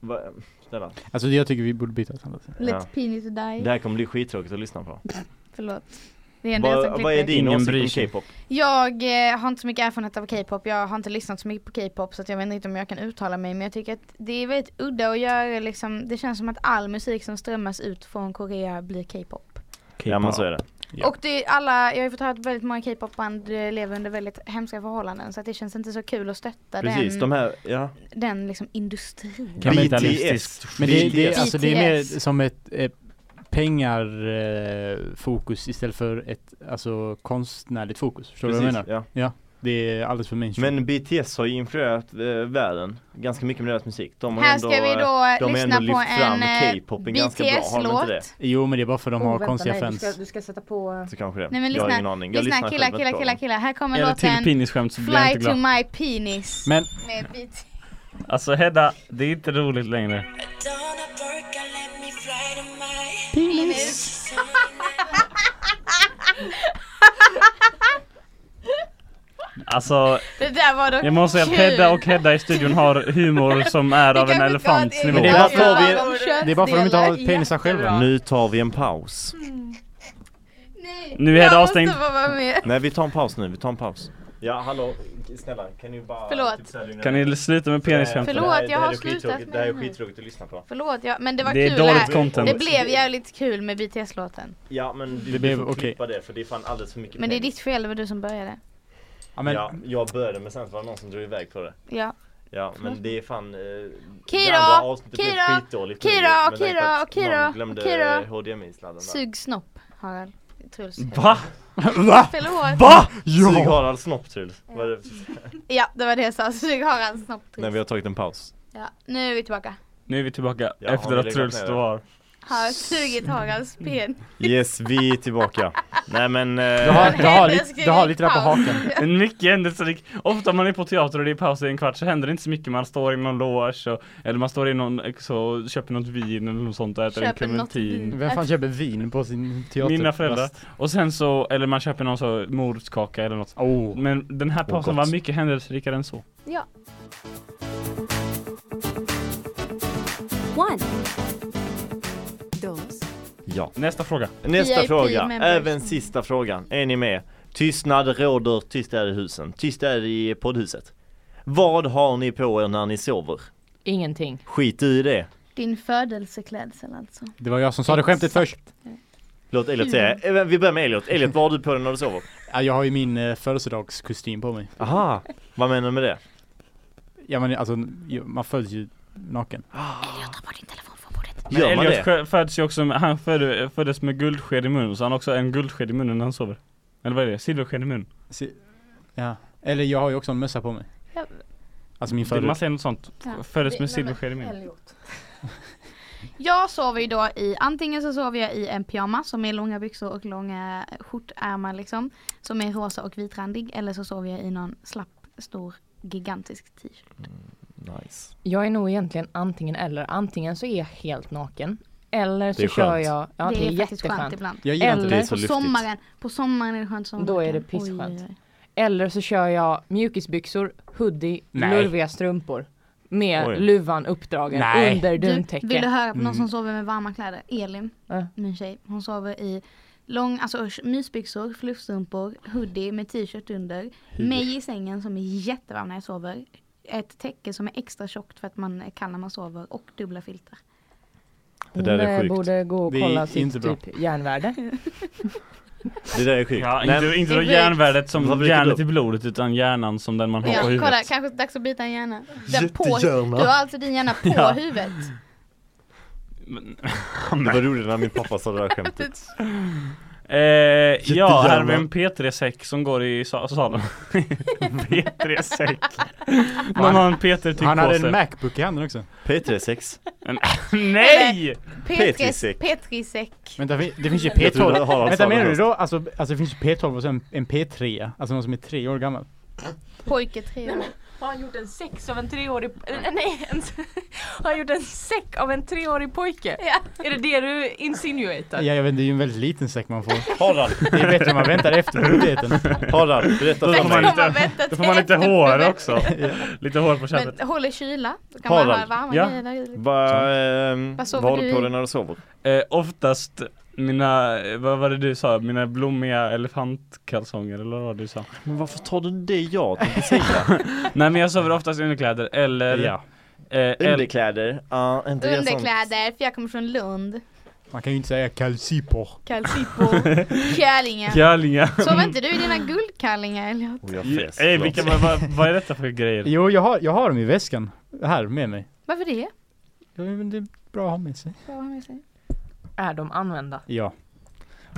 Speaker 5: Va- Snälla.
Speaker 8: Alltså jag tycker vi borde byta samtal.
Speaker 3: Let
Speaker 5: Ja.
Speaker 3: penis die.
Speaker 5: Det här kommer bli skittråkigt att lyssna på.
Speaker 3: Förlåt. Det är en del som
Speaker 5: Vad, vad är
Speaker 3: klipper.
Speaker 5: din
Speaker 2: Ingen bryr
Speaker 5: åsikt
Speaker 2: sig.
Speaker 5: om K-pop?
Speaker 3: Jag eh, har inte så mycket erfarenhet av K-pop, jag har inte lyssnat så mycket på K-pop så att jag vet inte om jag kan uttala mig men jag tycker att det är väldigt udda att göra liksom, det känns som att all musik som strömmas ut från Korea blir K-pop.
Speaker 5: Ja men så är det.
Speaker 3: Och det är alla, jag har ju fått höra att väldigt många K-popband eh, lever under väldigt hemska förhållanden så att det känns inte så kul att stötta
Speaker 5: Precis,
Speaker 3: den,
Speaker 5: de här, ja.
Speaker 3: den liksom industrin.
Speaker 2: Kan bli
Speaker 5: BTS.
Speaker 2: realistiskt.
Speaker 8: Men det, det,
Speaker 5: BTS.
Speaker 8: alltså, det är mer
Speaker 3: BTS.
Speaker 8: som ett eh, pengarfokus eh, fokus istället för ett alltså, konstnärligt fokus. Förstår du vad jag menar?
Speaker 5: Precis, ja.
Speaker 8: Det är alldeles för mainstream.
Speaker 5: Men BTS har ju influerat eh, världen ganska mycket med deras musik. De har
Speaker 3: Här
Speaker 5: ändå,
Speaker 3: ska vi
Speaker 5: eh,
Speaker 3: då
Speaker 5: de har
Speaker 3: lyssna
Speaker 5: ändå lyft
Speaker 3: på
Speaker 5: fram
Speaker 3: en eh,
Speaker 5: K-popen ganska bra, har de inte det?
Speaker 3: BTS-låt.
Speaker 8: Jo men det är bara för de
Speaker 10: Oh,
Speaker 3: Oh,
Speaker 8: har konstiga fans.
Speaker 10: sätta på... eh,
Speaker 5: Så kanske det.
Speaker 3: Nej men
Speaker 5: jag har ingen
Speaker 3: lyssna,
Speaker 5: aning. Jag
Speaker 3: lyssna
Speaker 5: lyssnar
Speaker 3: killar,
Speaker 5: själv inte
Speaker 3: killar,
Speaker 5: på
Speaker 3: killar,
Speaker 5: dem.
Speaker 3: killar, här kommer
Speaker 2: Eller till
Speaker 3: låten
Speaker 2: pinnisskämt så blir jag
Speaker 3: Fly
Speaker 2: inte
Speaker 3: to
Speaker 2: glad.
Speaker 3: my penis
Speaker 8: Men
Speaker 3: med BTS.
Speaker 2: Alltså Hedda, det är inte roligt längre. Alltså,
Speaker 3: Det där var dock
Speaker 2: jag måste säga att
Speaker 3: kul.
Speaker 2: Hedda och Hedda i studion har humor som är av en elefants nivå.
Speaker 8: Men det är bara
Speaker 5: för vi-
Speaker 8: det är bara för att de inte har penisar själva.
Speaker 5: Nu tar vi en paus.
Speaker 3: Nej,
Speaker 2: Nu är Hedda
Speaker 3: jag
Speaker 2: avstängd.
Speaker 3: måste få vara med.
Speaker 5: Nej vi tar en paus nu, vi tar en paus. Ja, hallå, snälla kan ni bara typ
Speaker 3: Förlåt.
Speaker 5: så här lugna
Speaker 2: Kan
Speaker 5: ner
Speaker 2: ni
Speaker 5: er?
Speaker 2: sluta med
Speaker 5: Det här-
Speaker 2: penisskämten?
Speaker 5: det här-
Speaker 3: Förlåt, jag
Speaker 5: det här
Speaker 3: har
Speaker 5: är
Speaker 3: slutat
Speaker 5: skittråkigt-
Speaker 3: med
Speaker 5: Det här är
Speaker 3: det nu.
Speaker 5: skittråkigt att lyssna på
Speaker 3: Förlåt, ja, men det var
Speaker 2: Det är
Speaker 3: kul
Speaker 2: dåligt
Speaker 3: här.
Speaker 2: content.
Speaker 3: Det blev jävligt kul med BTS-låten.
Speaker 5: Ja men du,
Speaker 8: Det
Speaker 5: du
Speaker 8: blev
Speaker 5: får
Speaker 8: okej.
Speaker 5: klippa det för det är fan alldeles för mycket
Speaker 3: Men det är
Speaker 5: pengar.
Speaker 3: ditt fel, det var du som började.
Speaker 8: Ja, men,
Speaker 5: Ja, jag började men sen var det någon som drog iväg på det
Speaker 3: Ja.
Speaker 5: Ja men det är fan eh,
Speaker 3: Kira!
Speaker 5: Det andra avsnittet blev
Speaker 3: Kira!
Speaker 5: skitdåligt
Speaker 3: Kira!
Speaker 5: nu, med tanke på
Speaker 3: Kira!
Speaker 5: att
Speaker 3: Kira!
Speaker 5: Någon glömde
Speaker 3: Kira!
Speaker 5: HDMI-sladden där
Speaker 3: Sug snopp, Harald. Truls.
Speaker 2: Va?
Speaker 8: va?
Speaker 3: Förlåt.
Speaker 8: Va?
Speaker 5: Sug
Speaker 8: Ja!
Speaker 5: Harald snopp Truls Vad är det?
Speaker 3: Ja, det var det jag sa. Sug Haralds snopp,
Speaker 5: Nej
Speaker 3: Truls.
Speaker 5: vi har tagit en paus
Speaker 3: Ja, nu är vi tillbaka.
Speaker 2: Nu är vi tillbaka
Speaker 5: Ja, har
Speaker 2: efter
Speaker 5: ni
Speaker 2: att
Speaker 5: legat
Speaker 2: Truls
Speaker 5: ner?
Speaker 2: står var.
Speaker 3: Har sugit Haralds pen.
Speaker 5: Yes vi är tillbaka Nej men
Speaker 8: Du
Speaker 5: eh,
Speaker 8: har, du har, lite, du har lite där på hakan.
Speaker 2: En mycket händelserik. Ofta om man är på teater och det är paus i en kvart så händer det inte så mycket. Man står i någon loge och, eller man står i någon så köper något vin eller något sånt och äter
Speaker 3: Köper
Speaker 2: en
Speaker 3: något
Speaker 2: clementin.
Speaker 3: vin.
Speaker 8: Vem fan köper vin på sin teater?
Speaker 2: Mina föräldrar. Och sen så, eller man köper någon så morotskaka eller något.
Speaker 8: Oh.
Speaker 2: Men den här pausen
Speaker 5: gott.
Speaker 2: var mycket händelserikare än så.
Speaker 3: Ja.
Speaker 7: One. Dos.
Speaker 5: ja
Speaker 2: Nästa fråga.
Speaker 5: Nästa
Speaker 3: VIP
Speaker 5: fråga,
Speaker 3: members.
Speaker 5: även sista frågan. Är ni med? Tystnad råder, tystnad i husen, tystnad i poddhuset. Vad har ni på er när ni sover?
Speaker 10: Ingenting.
Speaker 5: Skit i det.
Speaker 3: Din födelseklädsel alltså.
Speaker 8: Det var jag som sa det skämtet först.
Speaker 5: Låt Elliot säga. Eh, Vi börjar med Elliot. Elliot, vad har du på dig när du sover?
Speaker 8: Ja, jag har ju min eh, födelsedagskostym på mig.
Speaker 5: Aha, vad menar du med det?
Speaker 8: Ja men alltså, ju- man föds ju naken.
Speaker 3: Elliot, ta bort din telefon från bordet.
Speaker 2: Men
Speaker 5: Gör man
Speaker 2: Elliot
Speaker 5: det?
Speaker 2: skö- föds ju också, med, han föd- föddes med guldsked i munnen så han har också en guldsked i munnen när han sover. Eller vad är det? Silversked i munnen.
Speaker 8: Se, ja. Eller jag har ju också en mössa på mig.
Speaker 3: Ja.
Speaker 8: Alltså min
Speaker 2: Det- Man
Speaker 8: födelsedag.
Speaker 2: säger något sånt.
Speaker 3: Ja.
Speaker 2: Föddes med silversked i munnen.
Speaker 3: Jag sover ju då i, antingen så sover jag i en pyjamas som är långa byxor och långa skjortärmar liksom. Som är rosa och vitrandig. Eller så sover jag i någon slapp, stor, gigantisk t-shirt.
Speaker 5: Nice.
Speaker 10: Jag är nog egentligen antingen eller. Antingen så är jag helt naken. Eller
Speaker 5: Det är
Speaker 10: så kör
Speaker 5: skönt.
Speaker 10: jag. Ja, det, är,
Speaker 3: faktiskt skönt
Speaker 10: jätteskönt.
Speaker 3: ibland.
Speaker 8: Jag gillar inte
Speaker 10: Eller-
Speaker 5: Det är
Speaker 10: Nej,
Speaker 5: så
Speaker 3: på
Speaker 5: luftigt.
Speaker 3: sommaren, på sommaren är det skönt som
Speaker 10: Då är det
Speaker 3: verkligen. Oj,
Speaker 10: pissskönt.
Speaker 3: oj, oj.
Speaker 10: Eller så kör jag mjukisbyxor, hoodie,
Speaker 8: Nej.
Speaker 10: lurviga strumpor. Med
Speaker 5: Oj.
Speaker 10: luvan uppdragen
Speaker 8: Nej.
Speaker 10: under
Speaker 3: Du, vill du
Speaker 10: duntäcket.
Speaker 3: höra på
Speaker 2: Mm.
Speaker 3: någon som sover med varma kläder? Elin,
Speaker 10: Ja.
Speaker 3: min tjej. Hon sover i lång, alltså usch, mysbyxor, fluffstrumpor, hoodie med t-shirt under. Mig i sängen som är jättevarm när jag sover. Ett täcke som är extra tjockt för att man är kall när man sover och dubbla filtar.
Speaker 5: Det där är
Speaker 10: Hon, eh,
Speaker 5: sjukt.
Speaker 10: borde gå och
Speaker 8: Det är
Speaker 10: kolla
Speaker 8: inte
Speaker 10: sitt
Speaker 8: bra.
Speaker 10: typ järnvärde.
Speaker 5: Det där är sjukt.
Speaker 2: Ja,
Speaker 5: Nej,
Speaker 2: inte, inte då
Speaker 3: Det är
Speaker 2: järnvärdet
Speaker 5: Vad
Speaker 2: som
Speaker 5: brukar
Speaker 2: järnet
Speaker 5: du?
Speaker 2: i blodet utan hjärnan som den man har
Speaker 3: Ja,
Speaker 2: på
Speaker 3: kolla,
Speaker 2: huvudet.
Speaker 3: kanske dags att byta en hjärna. Den på,
Speaker 5: Jättegärna.
Speaker 3: du har alltså din hjärna på
Speaker 2: Ja.
Speaker 3: huvudet.
Speaker 5: det var roligt när min pappa sa det där skämtet.
Speaker 2: Eh, ja, här har
Speaker 5: Jättegärna.
Speaker 2: vi en P3-säck som går i sa- salen. P3-säck. Någon har en P3-tyg
Speaker 8: Han
Speaker 2: på
Speaker 8: hade
Speaker 2: sig.
Speaker 8: en Macbook i handen också.
Speaker 5: P36.
Speaker 2: Nej!
Speaker 3: Petris,
Speaker 5: Petrisäck.
Speaker 3: Petrisäck.
Speaker 8: Vänta, fin- det finns ju
Speaker 5: Jag trodde
Speaker 8: P12.
Speaker 5: Harald
Speaker 8: Vänta
Speaker 5: sa det
Speaker 8: menar du
Speaker 5: först.
Speaker 8: då, alltså, alltså det finns ju P12 och sen en P3, alltså någon som är tre år gammal.
Speaker 3: Pojke tre år.
Speaker 10: Har han gjort en sex av en treårig... eh, Nej, en, har han gjort en säck av en treårig pojke?
Speaker 3: Ja.
Speaker 10: Är det det du insinuatar?
Speaker 8: Ja jag vet, det är ju en väldigt liten säck man får.
Speaker 5: Harald,
Speaker 8: Det är bättre om man väntar efter puberteten.
Speaker 5: Harald, berätta
Speaker 2: Då
Speaker 5: för
Speaker 2: får man
Speaker 5: mig.
Speaker 3: man
Speaker 2: lite,
Speaker 3: vänta
Speaker 2: då får man
Speaker 3: till
Speaker 2: lite
Speaker 3: efter
Speaker 2: hår
Speaker 3: puberteten.
Speaker 2: också. Lite hår på köpet.
Speaker 3: Men håller kyla, då kan man
Speaker 5: Harald,
Speaker 3: ha varma
Speaker 2: ja.
Speaker 3: grejer där i.
Speaker 5: Va, ehm,
Speaker 3: Vad
Speaker 5: vad
Speaker 3: sover
Speaker 5: har
Speaker 3: du
Speaker 5: du på
Speaker 3: i?
Speaker 5: dig när du sover?
Speaker 2: Eh, oftast mina, eh, vad var det du sa? Mina blommiga elefantkalsonger eller vad var det du sa?
Speaker 5: Men varför tar du det jag tänkte
Speaker 2: Nej men jag sover oftast i underkläder eller
Speaker 5: Ja.
Speaker 2: eh, el-
Speaker 5: Underkläder? Ja, inte det sånt?
Speaker 3: Underkläder, för jag kommer från Lund.
Speaker 8: Man kan ju inte säga kalsipor.
Speaker 3: Kalsipo, kallingar.
Speaker 2: kallingar.
Speaker 3: Sov inte du i dina guldkallingar Elliot?
Speaker 5: Och Oh, jag fes,
Speaker 2: Ey,
Speaker 5: förlåt.
Speaker 2: vilka, vad, vad, vad är detta för grejer?
Speaker 8: Jo jag har, jag har dem i väskan. Här med mig.
Speaker 3: Varför det?
Speaker 8: Ja, men det är bra att ha med sig.
Speaker 3: Vad har jag med sig?
Speaker 10: Är de använda?
Speaker 8: Ja.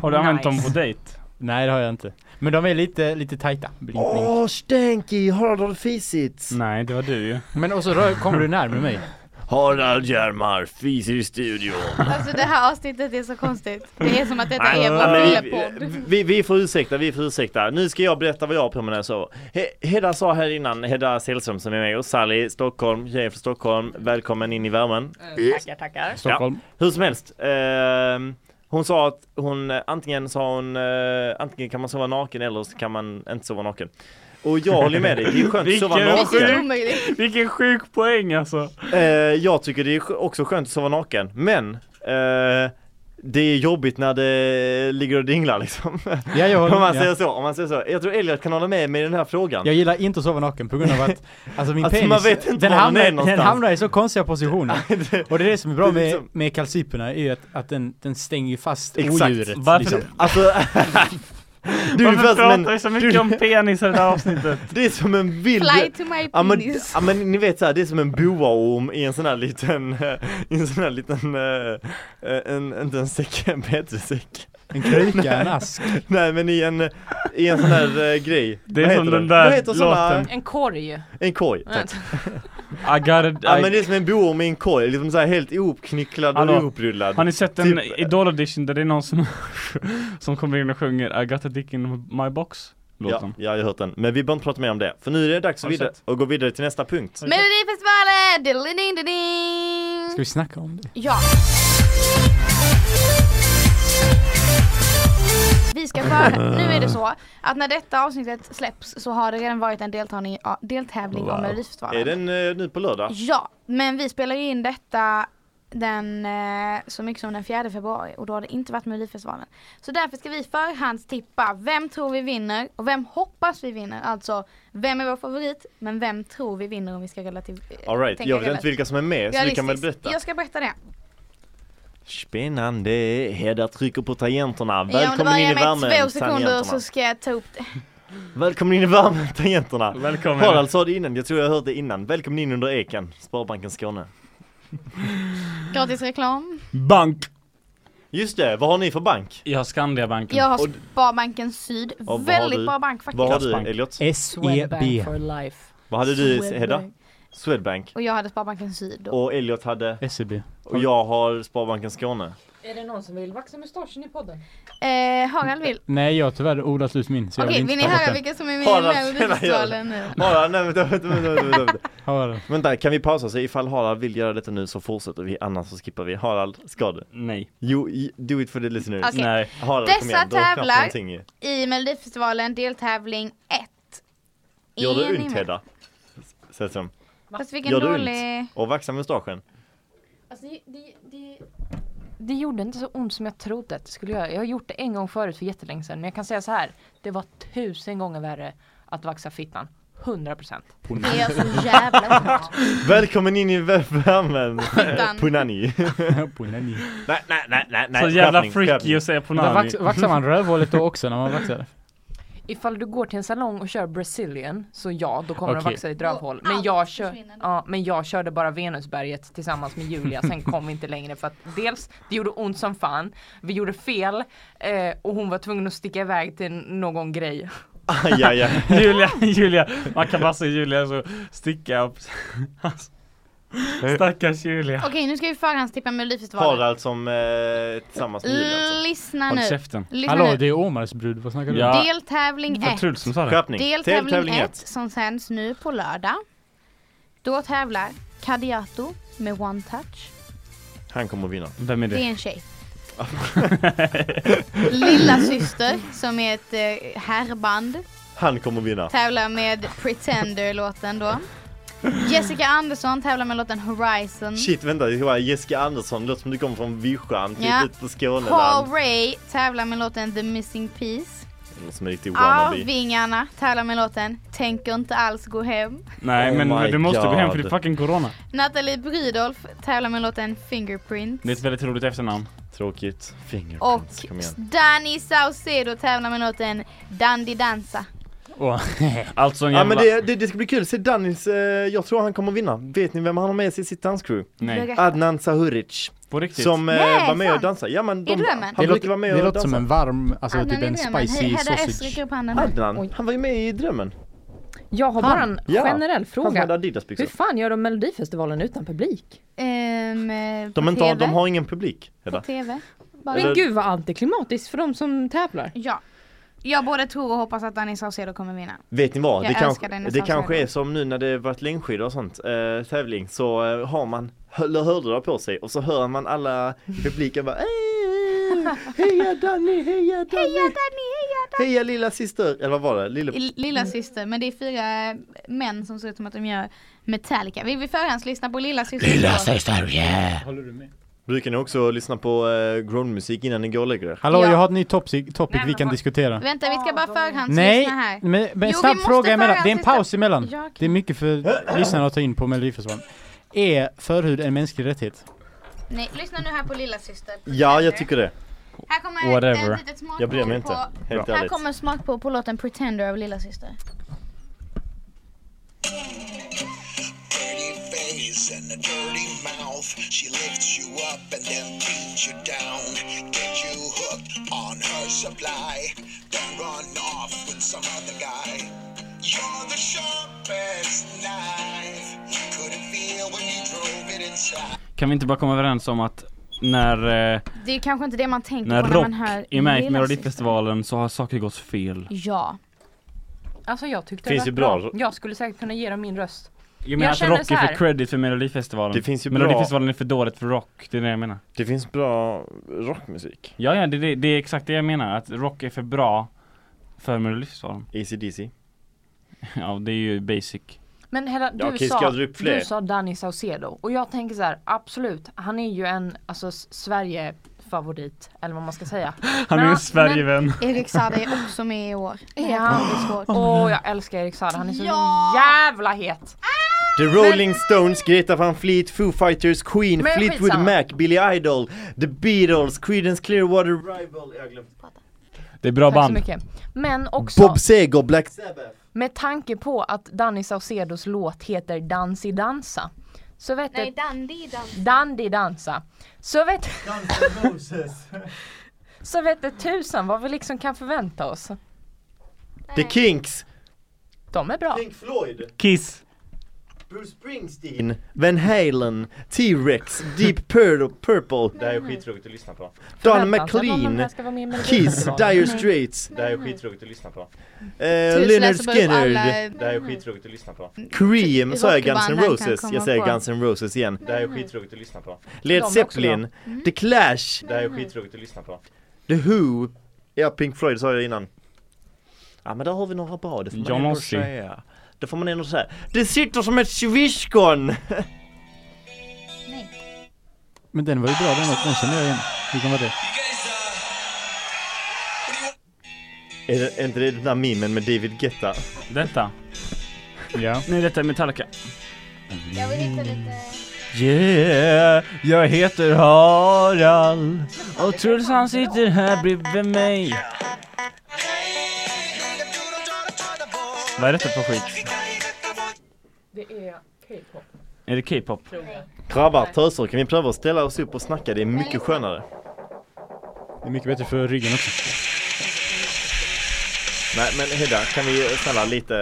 Speaker 2: Har du använt dem
Speaker 10: Nice.
Speaker 2: på dejt?
Speaker 8: Nej det har jag inte. Men de är lite, lite tajta. Blink, blink.
Speaker 5: Åh, stänky! Harald har fisit!
Speaker 2: Nej det var du ju.
Speaker 8: Men och så rör, kommer du närmare mig.
Speaker 5: Harald Järmar fiser i studion.
Speaker 3: Alltså det här avsnittet är så konstigt. Det är som att detta
Speaker 5: Nej,
Speaker 3: är
Speaker 5: men
Speaker 3: vår
Speaker 5: vi,
Speaker 3: fyllepodd.
Speaker 5: vi, vi får ursäkta, vi får ursäkta. Nu ska jag berätta vad jag har på mig när jag sover. He- Hedda sa här innan, Hedda Sällström som är med oss, Sally, Stockholm, tjejen från Stockholm, välkommen in i värmen.
Speaker 10: Tackar, tackar.
Speaker 8: Stockholm.
Speaker 5: Hur som helst, ehm, hon sa att hon, eh, antingen sa hon, eh, antingen kan man sova naken eller så kan man inte sova naken. Och jag håller med dig, det är skönt att sova
Speaker 2: Vilken
Speaker 5: naken.
Speaker 3: Vilket är omöjligt.
Speaker 2: Vilken sjuk poäng alltså.
Speaker 5: Eh, jag tycker det är sk- också skönt att sova naken, men eh, det är jobbigt när det ligger och dinglar liksom.
Speaker 8: Ja, jag håller
Speaker 5: om man
Speaker 8: med.
Speaker 5: säger så, om man säger så. Jag tror Elliot kan hålla med mig i den här frågan.
Speaker 8: Jag gillar inte att sova naken på grund av att alltså min
Speaker 5: Alltså,
Speaker 8: penis,
Speaker 5: man vet inte var
Speaker 8: den,
Speaker 5: den är
Speaker 8: hamnar, den
Speaker 5: någonstans.
Speaker 8: hamnar i så konstiga positioner. och det är det som är bra
Speaker 5: det är
Speaker 8: med,
Speaker 5: liksom-
Speaker 8: med kalciperna är ju att, att den, den stänger ju fast
Speaker 5: Exakt.
Speaker 8: odjuret. liksom.
Speaker 5: Varför- Alltså, Du är
Speaker 2: Varför
Speaker 5: fast,
Speaker 2: pratar
Speaker 5: men-
Speaker 2: vi så mycket om penis i det här avsnittet?
Speaker 5: Det är som en vild...
Speaker 3: Fly to my
Speaker 5: Ja men,
Speaker 3: penis.
Speaker 5: ja men ni vet såhär, det är som en boaorm i en sån här liten, eh, i en sån här liten, eh, eh, en, inte en säck, en petrisäck
Speaker 8: En kruka, en ask.
Speaker 5: Nej men i en, i en sån här eh, grej
Speaker 2: Det är
Speaker 5: Vad
Speaker 2: som
Speaker 5: heter
Speaker 2: den där
Speaker 5: Vad heter såna-
Speaker 2: låten.
Speaker 10: En korg.
Speaker 5: En korg,
Speaker 10: Jag
Speaker 5: tack.
Speaker 10: vet.
Speaker 2: I got it,
Speaker 5: Ja
Speaker 2: I-
Speaker 5: men det är som en boaorm i en korg, liksom såhär helt ihopknycklad och
Speaker 2: Hallå.
Speaker 5: ihoprullad
Speaker 2: Har ni sett en
Speaker 5: Typ-
Speaker 2: Idol edition där det är någon som, som kommer in och sjunger I got a dick in my box?
Speaker 5: Ja,
Speaker 2: Låten.
Speaker 5: ja, jag har hört den, men vi behöver inte prata mer om det, för nu är det dags
Speaker 2: Har
Speaker 5: att,
Speaker 2: du
Speaker 5: vidare,
Speaker 2: sett?
Speaker 5: att gå vidare till nästa punkt
Speaker 3: Melodifestivalen! Diddelididding!
Speaker 8: Ska vi snacka om det?
Speaker 3: Ja. Vi ska för... Nu är det så att när detta avsnittet släpps så har det redan varit en deltagning, ja, deltävling
Speaker 5: Wow.
Speaker 3: av Melodifestivalen.
Speaker 5: Är den eh, nu på lördag?
Speaker 3: Ja, men vi spelar ju in detta den, eh, så mycket som den 4 februari och då har det inte varit Melodifestivalen. Så därför ska vi förhandstippa vem tror vi vinner och vem hoppas vi vinner. Alltså, vem är vår favorit men vem tror vi vinner om vi ska relativt... eh,
Speaker 5: Alright,
Speaker 3: tänka
Speaker 5: jag vet inte
Speaker 3: relativt.
Speaker 5: vilka som är med, så du kan väl
Speaker 3: Realistiskt.
Speaker 5: berätta?
Speaker 3: Jag ska berätta det.
Speaker 5: Spännande, Hedda trycker på tangenterna.
Speaker 3: Ja, om det
Speaker 5: Välkommen
Speaker 3: bara
Speaker 5: in i
Speaker 3: ger mig
Speaker 5: värmen,
Speaker 3: två sekunder
Speaker 5: tangenterna.
Speaker 3: så ska jag ta upp det.
Speaker 5: Välkommen in i värmen, tangenterna.
Speaker 2: Välkommen.
Speaker 5: Harald sa det innan, jag tror jag hörde det innan. Välkommen in under eken, Sparbanken Skåne.
Speaker 3: Gratis
Speaker 5: Mm.
Speaker 3: reklam.
Speaker 2: Bank!
Speaker 5: Just det, vad har ni för bank?
Speaker 2: Jag har Skandiabanken.
Speaker 3: Jag har
Speaker 5: Och-
Speaker 3: Sparbanken Syd.
Speaker 5: vad har du?
Speaker 3: Väldigt bra bank faktiskt. Eh,
Speaker 5: Vad har du
Speaker 2: Platsbank.
Speaker 5: Elliot?
Speaker 8: SEB.
Speaker 10: Swedbank for life.
Speaker 5: Vad hade du
Speaker 10: Swedbank.
Speaker 5: Hedda? Swedbank.
Speaker 3: Och jag hade Sparbanken Syd då.
Speaker 5: Och Elliot hade,
Speaker 8: SEB.
Speaker 5: och jag har Sparbanken Skåne.
Speaker 10: Är det någon som vill vaxa mustaschen i podden?
Speaker 3: Eh, Harald vill.
Speaker 8: Nej, jag har tyvärr odlat ut min så jag
Speaker 3: Okej,
Speaker 8: vill
Speaker 3: vill
Speaker 8: inte
Speaker 3: ni
Speaker 8: ta bort
Speaker 3: höra
Speaker 8: den.
Speaker 3: vilka som är med i
Speaker 5: Harald, snälla, gör
Speaker 3: Melodifestivalen nu?
Speaker 5: Harald, nej vänta, vänta, vänta, vänta, vänta. vänta.
Speaker 8: Harald.
Speaker 5: Vänta, kan vi pausa? Så ifall Harald vill göra detta nu så fortsätter vi, annars så skippar vi. Harald, ska du?
Speaker 2: Nej.
Speaker 5: Jo, i- do it for the listeners.
Speaker 3: Okej.
Speaker 2: Nej.
Speaker 5: Harald, kom
Speaker 3: Dessa
Speaker 5: igen. Du har knappt
Speaker 3: tävlar.
Speaker 5: någonting ju.
Speaker 3: I Melodifestivalen deltävling 1.
Speaker 5: Gör det ont Hedda? Sätter de.
Speaker 3: Fast vilken
Speaker 5: Gör det
Speaker 3: dålig...
Speaker 5: Och vaxa mustaschen.
Speaker 10: Alltså det, det, det... det gjorde inte så ont som jag trodde att det skulle göra. Jag har gjort det en gång förut för jättelänge sedan. Men jag kan säga så här. Det var tusen gånger värre att vaxa fittan. 100 procent.
Speaker 3: Det gör så jävla ont.
Speaker 5: Välkommen in i värmen.
Speaker 3: Fittan.
Speaker 5: Punani.
Speaker 8: Bonani.
Speaker 5: Nej, nej, nej, nej, nej.
Speaker 2: Så jävla
Speaker 5: skärpning,
Speaker 2: freaky
Speaker 5: skärpning.
Speaker 2: att säga på
Speaker 8: Men
Speaker 2: Nami.
Speaker 8: vax, vaxar man rövhålet då också när man vaxar?
Speaker 10: Ifall du går till en salong och kör brazilian så ja, då kommer de
Speaker 2: Okej.
Speaker 10: vaxa ditt rövhål.
Speaker 3: Då
Speaker 10: Men
Speaker 3: allt
Speaker 10: jag, kör,
Speaker 3: försvinner då.
Speaker 10: ja, men jag körde bara Venusberget tillsammans med Julia, sen kom vi inte längre för att dels det gjorde ont som fan, vi gjorde fel eh, och hon var tvungen att sticka iväg till någon grej.
Speaker 5: Aj, aj, aj.
Speaker 2: Julia, Julia, man kan bara se Julia så sticka upp. Alltså, Stackars Julia.
Speaker 3: Okej, nu ska vi förhandstippa Melodifestivalen.
Speaker 5: Harald som eh, tillsammans med Julia alltså.
Speaker 3: Lyssna
Speaker 2: Håll
Speaker 3: nu.
Speaker 2: käften.
Speaker 3: Lyssna
Speaker 8: Hallå,
Speaker 3: nu.
Speaker 8: det är Åmares brud, vad snackar du om?
Speaker 2: Ja.
Speaker 3: Deltävling
Speaker 2: Det var
Speaker 3: 1.
Speaker 2: Truls som sa det.
Speaker 5: Skärpning.
Speaker 3: Deltävling
Speaker 5: Deltävling
Speaker 3: 1
Speaker 5: 1.
Speaker 3: som sänds nu på lördag. Då tävlar Kadiato med One Touch.
Speaker 5: Han kommer att vinna.
Speaker 2: Vem är
Speaker 3: Det är
Speaker 2: det?
Speaker 3: en tjej. Lilla syster som är ett eh, herrband
Speaker 5: Han kommer att vinna.
Speaker 3: tävlar med Pretender-låten då. Jessica Andersson tävlar med låten Horizon.
Speaker 5: Shit, vänta. Det var Jessica Andersson. Låter som du kommer från Vischan, typ
Speaker 3: Ja.
Speaker 5: ut på Skåneland.
Speaker 3: Paul Ray tävlar med låten The Missing Piece.
Speaker 5: Någon Mm, som är riktigt wannabe.
Speaker 3: Arvingarna tävlar med låten Tänker inte alls gå hem.
Speaker 2: Nej
Speaker 5: Oh
Speaker 2: men
Speaker 5: my
Speaker 2: du måste gå hem för
Speaker 5: God.
Speaker 2: det är fucking corona.
Speaker 3: Nathalie Brydolf tävlar med låten Fingerprint.
Speaker 2: Det är ett väldigt roligt efternamn.
Speaker 5: Tråkigt.
Speaker 3: Och
Speaker 5: Fingerprints. Kom igen.
Speaker 3: Danny Saucedo tävlar med låten Dandy Dansa.
Speaker 2: Åh, Alltså en
Speaker 5: Ja
Speaker 2: jävla...
Speaker 5: men det, det, det ska bli kul. Se Dannys, eh, jag tror han kommer att vinna. Vet ni vem han har med sig i sitt danscrew?
Speaker 2: Nej,
Speaker 8: Alltså,
Speaker 5: Adnan Sahuric.
Speaker 2: på riktigt.
Speaker 5: Som eh,
Speaker 3: Nej,
Speaker 5: var med
Speaker 3: sant.
Speaker 5: och dansade. Ja, men de,
Speaker 3: Är du med?
Speaker 5: han
Speaker 8: Det
Speaker 5: brukar
Speaker 8: låter,
Speaker 5: vara med
Speaker 8: det
Speaker 5: och
Speaker 8: låter som
Speaker 5: dansa.
Speaker 8: en varm, alltså
Speaker 3: Adnan
Speaker 8: typ
Speaker 3: är
Speaker 8: en
Speaker 3: det, men
Speaker 8: spicy
Speaker 3: Hedda S
Speaker 8: sausage.
Speaker 3: räcker upp handen.
Speaker 5: Adnan, han var ju med i Drömmen.
Speaker 10: Jag har
Speaker 5: Han?
Speaker 10: bara en
Speaker 5: Ja.
Speaker 10: generell
Speaker 5: Han som
Speaker 10: fråga.
Speaker 5: hade Adidas-byxor.
Speaker 10: Hur fan gör de Melodifestivalen utan publik?
Speaker 3: Ehm, eh,
Speaker 5: De,
Speaker 3: på
Speaker 5: inte har,
Speaker 3: TV.
Speaker 5: de har ingen publik, Hedda.
Speaker 3: På TV. Bara.
Speaker 10: Men gud vad antiklimatiskt för de som tävlar.
Speaker 3: Ja. Jag både tror och hoppas att Danny Saucedo kommer vinna.
Speaker 5: Vet ni vad?
Speaker 3: Jag
Speaker 5: Det, kanske,
Speaker 3: älskar den i
Speaker 5: det kanske
Speaker 3: Salsarna.
Speaker 5: är som nu när det varit längdskidor och sånt, eh, tävling, så eh, har man eller hörlurar på sig och så hör man alla i publiken bara "Eh, Heja Danny, heja Danny,
Speaker 3: Heja Danny, heja Danny!
Speaker 5: heja lilla syster, eller vad var det? Lille...
Speaker 3: I Lilla syster, men det är fyra eh, män som ser ut som att de gör Metallica. Vill vi förhandslyssna på Lilla syster? Lilla syster!
Speaker 8: Håller du med?
Speaker 5: Brukar ni också lyssna på eh, groundmusik innan ni går och lägger er?
Speaker 8: Hallå,
Speaker 3: Ja.
Speaker 8: jag har ett nytt topic, topic vi kan diskutera.
Speaker 3: Vänta, vi ska bara
Speaker 8: Nej,
Speaker 3: förhandslyssna här.
Speaker 8: men,
Speaker 3: Jo, vi
Speaker 8: men snabb
Speaker 3: måste
Speaker 8: fråga emellan. Det är en
Speaker 3: förhandslyssna.
Speaker 8: paus emellan.
Speaker 3: Ja, okej.
Speaker 8: Det är mycket för lyssnarna att ta in på Melodifestivalen. Är förhud en mänsklig rättighet?
Speaker 3: Nej, lyssna nu här på lilla syster.
Speaker 5: Ja, jag tycker det.
Speaker 3: Här kommer
Speaker 8: Whatever.
Speaker 3: ett litet smakprov
Speaker 5: Jag bryr mig inte,
Speaker 3: på...
Speaker 5: helt
Speaker 3: Här
Speaker 5: ärligt.
Speaker 3: kommer smakprov på låten Pretender av lilla syster.
Speaker 11: face and a dirty mouth. She lifts you up and then brings you down. Get you hooked on her supply, then run off with some other guy. You're the sharpest knife. Couldn't feel when you drove it inside.
Speaker 2: Kan vi inte bara komma överens om att när, eh,
Speaker 3: Det är kanske inte det man tänker
Speaker 2: när
Speaker 3: på när
Speaker 2: rock
Speaker 3: man hör
Speaker 2: är med i
Speaker 3: Lilla Syster.
Speaker 2: Melodifestivalen så har saker gått fel.
Speaker 3: Ja.
Speaker 10: Alltså jag tyckte
Speaker 2: Finns
Speaker 10: det
Speaker 2: ju bra-
Speaker 10: var bra. Jag skulle säkert kunna ge dem min röst.
Speaker 2: Jag menar att
Speaker 10: känner
Speaker 2: rock
Speaker 10: så
Speaker 2: är
Speaker 10: här.
Speaker 2: för credit för Melodifestivalen.
Speaker 5: Det finns ju bra-
Speaker 2: Melodifestivalen är för dåligt för rock, det är det jag menar.
Speaker 5: Det finns bra rockmusik.
Speaker 2: Ja, ja, det, det, det är exakt det jag menar. Att rock är för bra för Melodifestivalen.
Speaker 5: ACDC.
Speaker 2: ja, det är ju basic.
Speaker 10: Men hela, du,
Speaker 2: Ja, okej, ska
Speaker 10: sa,
Speaker 2: jag dra upp fler?
Speaker 10: du sa Danny Saucedo och jag tänker så här, absolut, han är ju en alltså, S- Sverige-favorit eller vad man ska säga.
Speaker 2: Han är en Sverigevän.
Speaker 3: Erik Saade är också med i år.
Speaker 10: Är han? Åh, jag älskar Erik Saade, han är så jävla het!
Speaker 5: The Rolling Stones, Greta Van Fleet, Foo Fighters, Queen,
Speaker 10: Men
Speaker 5: Fleetwood
Speaker 10: skitsamma.
Speaker 5: Mac, Billy Idol, The Beatles, Creedence Clearwater Revival, jag har glömt.
Speaker 2: Det är bra
Speaker 10: Tack så
Speaker 2: band.
Speaker 10: mycket. Men också,
Speaker 5: Bob Seger, Black Sabbath.
Speaker 10: med tanke på att Danny Saucedos låt heter Dansi dansa. Så vet
Speaker 3: Nej,
Speaker 10: du,
Speaker 3: Dandy, Dandy.
Speaker 10: Dandy dansa. Så vet,
Speaker 5: Moses.
Speaker 10: så vet du tusan vad vi liksom kan förvänta oss.
Speaker 5: The Kinks,
Speaker 10: De är bra.
Speaker 5: Pink Floyd,
Speaker 2: Kiss.
Speaker 5: Bruce Springsteen, Van Halen, T-Rex, Deep Pur- Purple.
Speaker 1: Det här är skittråkigt att lyssna på.
Speaker 5: Don
Speaker 10: Förväntan, så att någon av de här
Speaker 5: McLean,
Speaker 10: ska vara med i
Speaker 5: Kiss,
Speaker 10: Melodifestivalen.
Speaker 5: Dire Straits,
Speaker 1: Det här är skittråkigt att lyssna på.
Speaker 5: eh,
Speaker 3: Tusen
Speaker 5: Leonard
Speaker 3: läser bara upp alla-
Speaker 5: Skinner,
Speaker 1: Det här är skittråkigt att lyssna på.
Speaker 5: Cream, sa jag Guns N'
Speaker 3: rockband han kan
Speaker 5: Roses?
Speaker 3: komma
Speaker 5: Jag säger
Speaker 3: på.
Speaker 5: Guns N' Roses igen.
Speaker 1: Det här är skittråkigt att lyssna på.
Speaker 10: De är
Speaker 5: Led
Speaker 10: också
Speaker 5: Zeppelin,
Speaker 3: Mm.
Speaker 5: The Clash,
Speaker 1: Det här är skittråkigt att lyssna på.
Speaker 5: The Who Ja, Pink Floyd sa jag innan Ja men där har vi några bra, det får man
Speaker 2: John
Speaker 5: ändå
Speaker 2: Ossie.
Speaker 5: säga Det får man ändå säga Det sitter som ett sviskon!
Speaker 8: Men den var ju bra den låten, den känner jag igen. Vilken var det?
Speaker 5: är, det, är inte det den där memen med David Guetta?
Speaker 2: Detta.
Speaker 8: Ja.
Speaker 2: Nej, detta är Metallica.
Speaker 3: Jag vill hitta
Speaker 5: Mm.
Speaker 3: lite...
Speaker 2: Yeah, jag heter Harald och Truls han sitter här bredvid mig. Vad är detta för skit?
Speaker 10: Det är K-pop.
Speaker 2: Är det K-pop?
Speaker 5: Grabbar, töser, kan vi pröva att ställa oss upp och snacka? Det är mycket skönare
Speaker 8: Det är mycket bättre för ryggen också.
Speaker 5: Nej men Hedda, kan vi snälla lite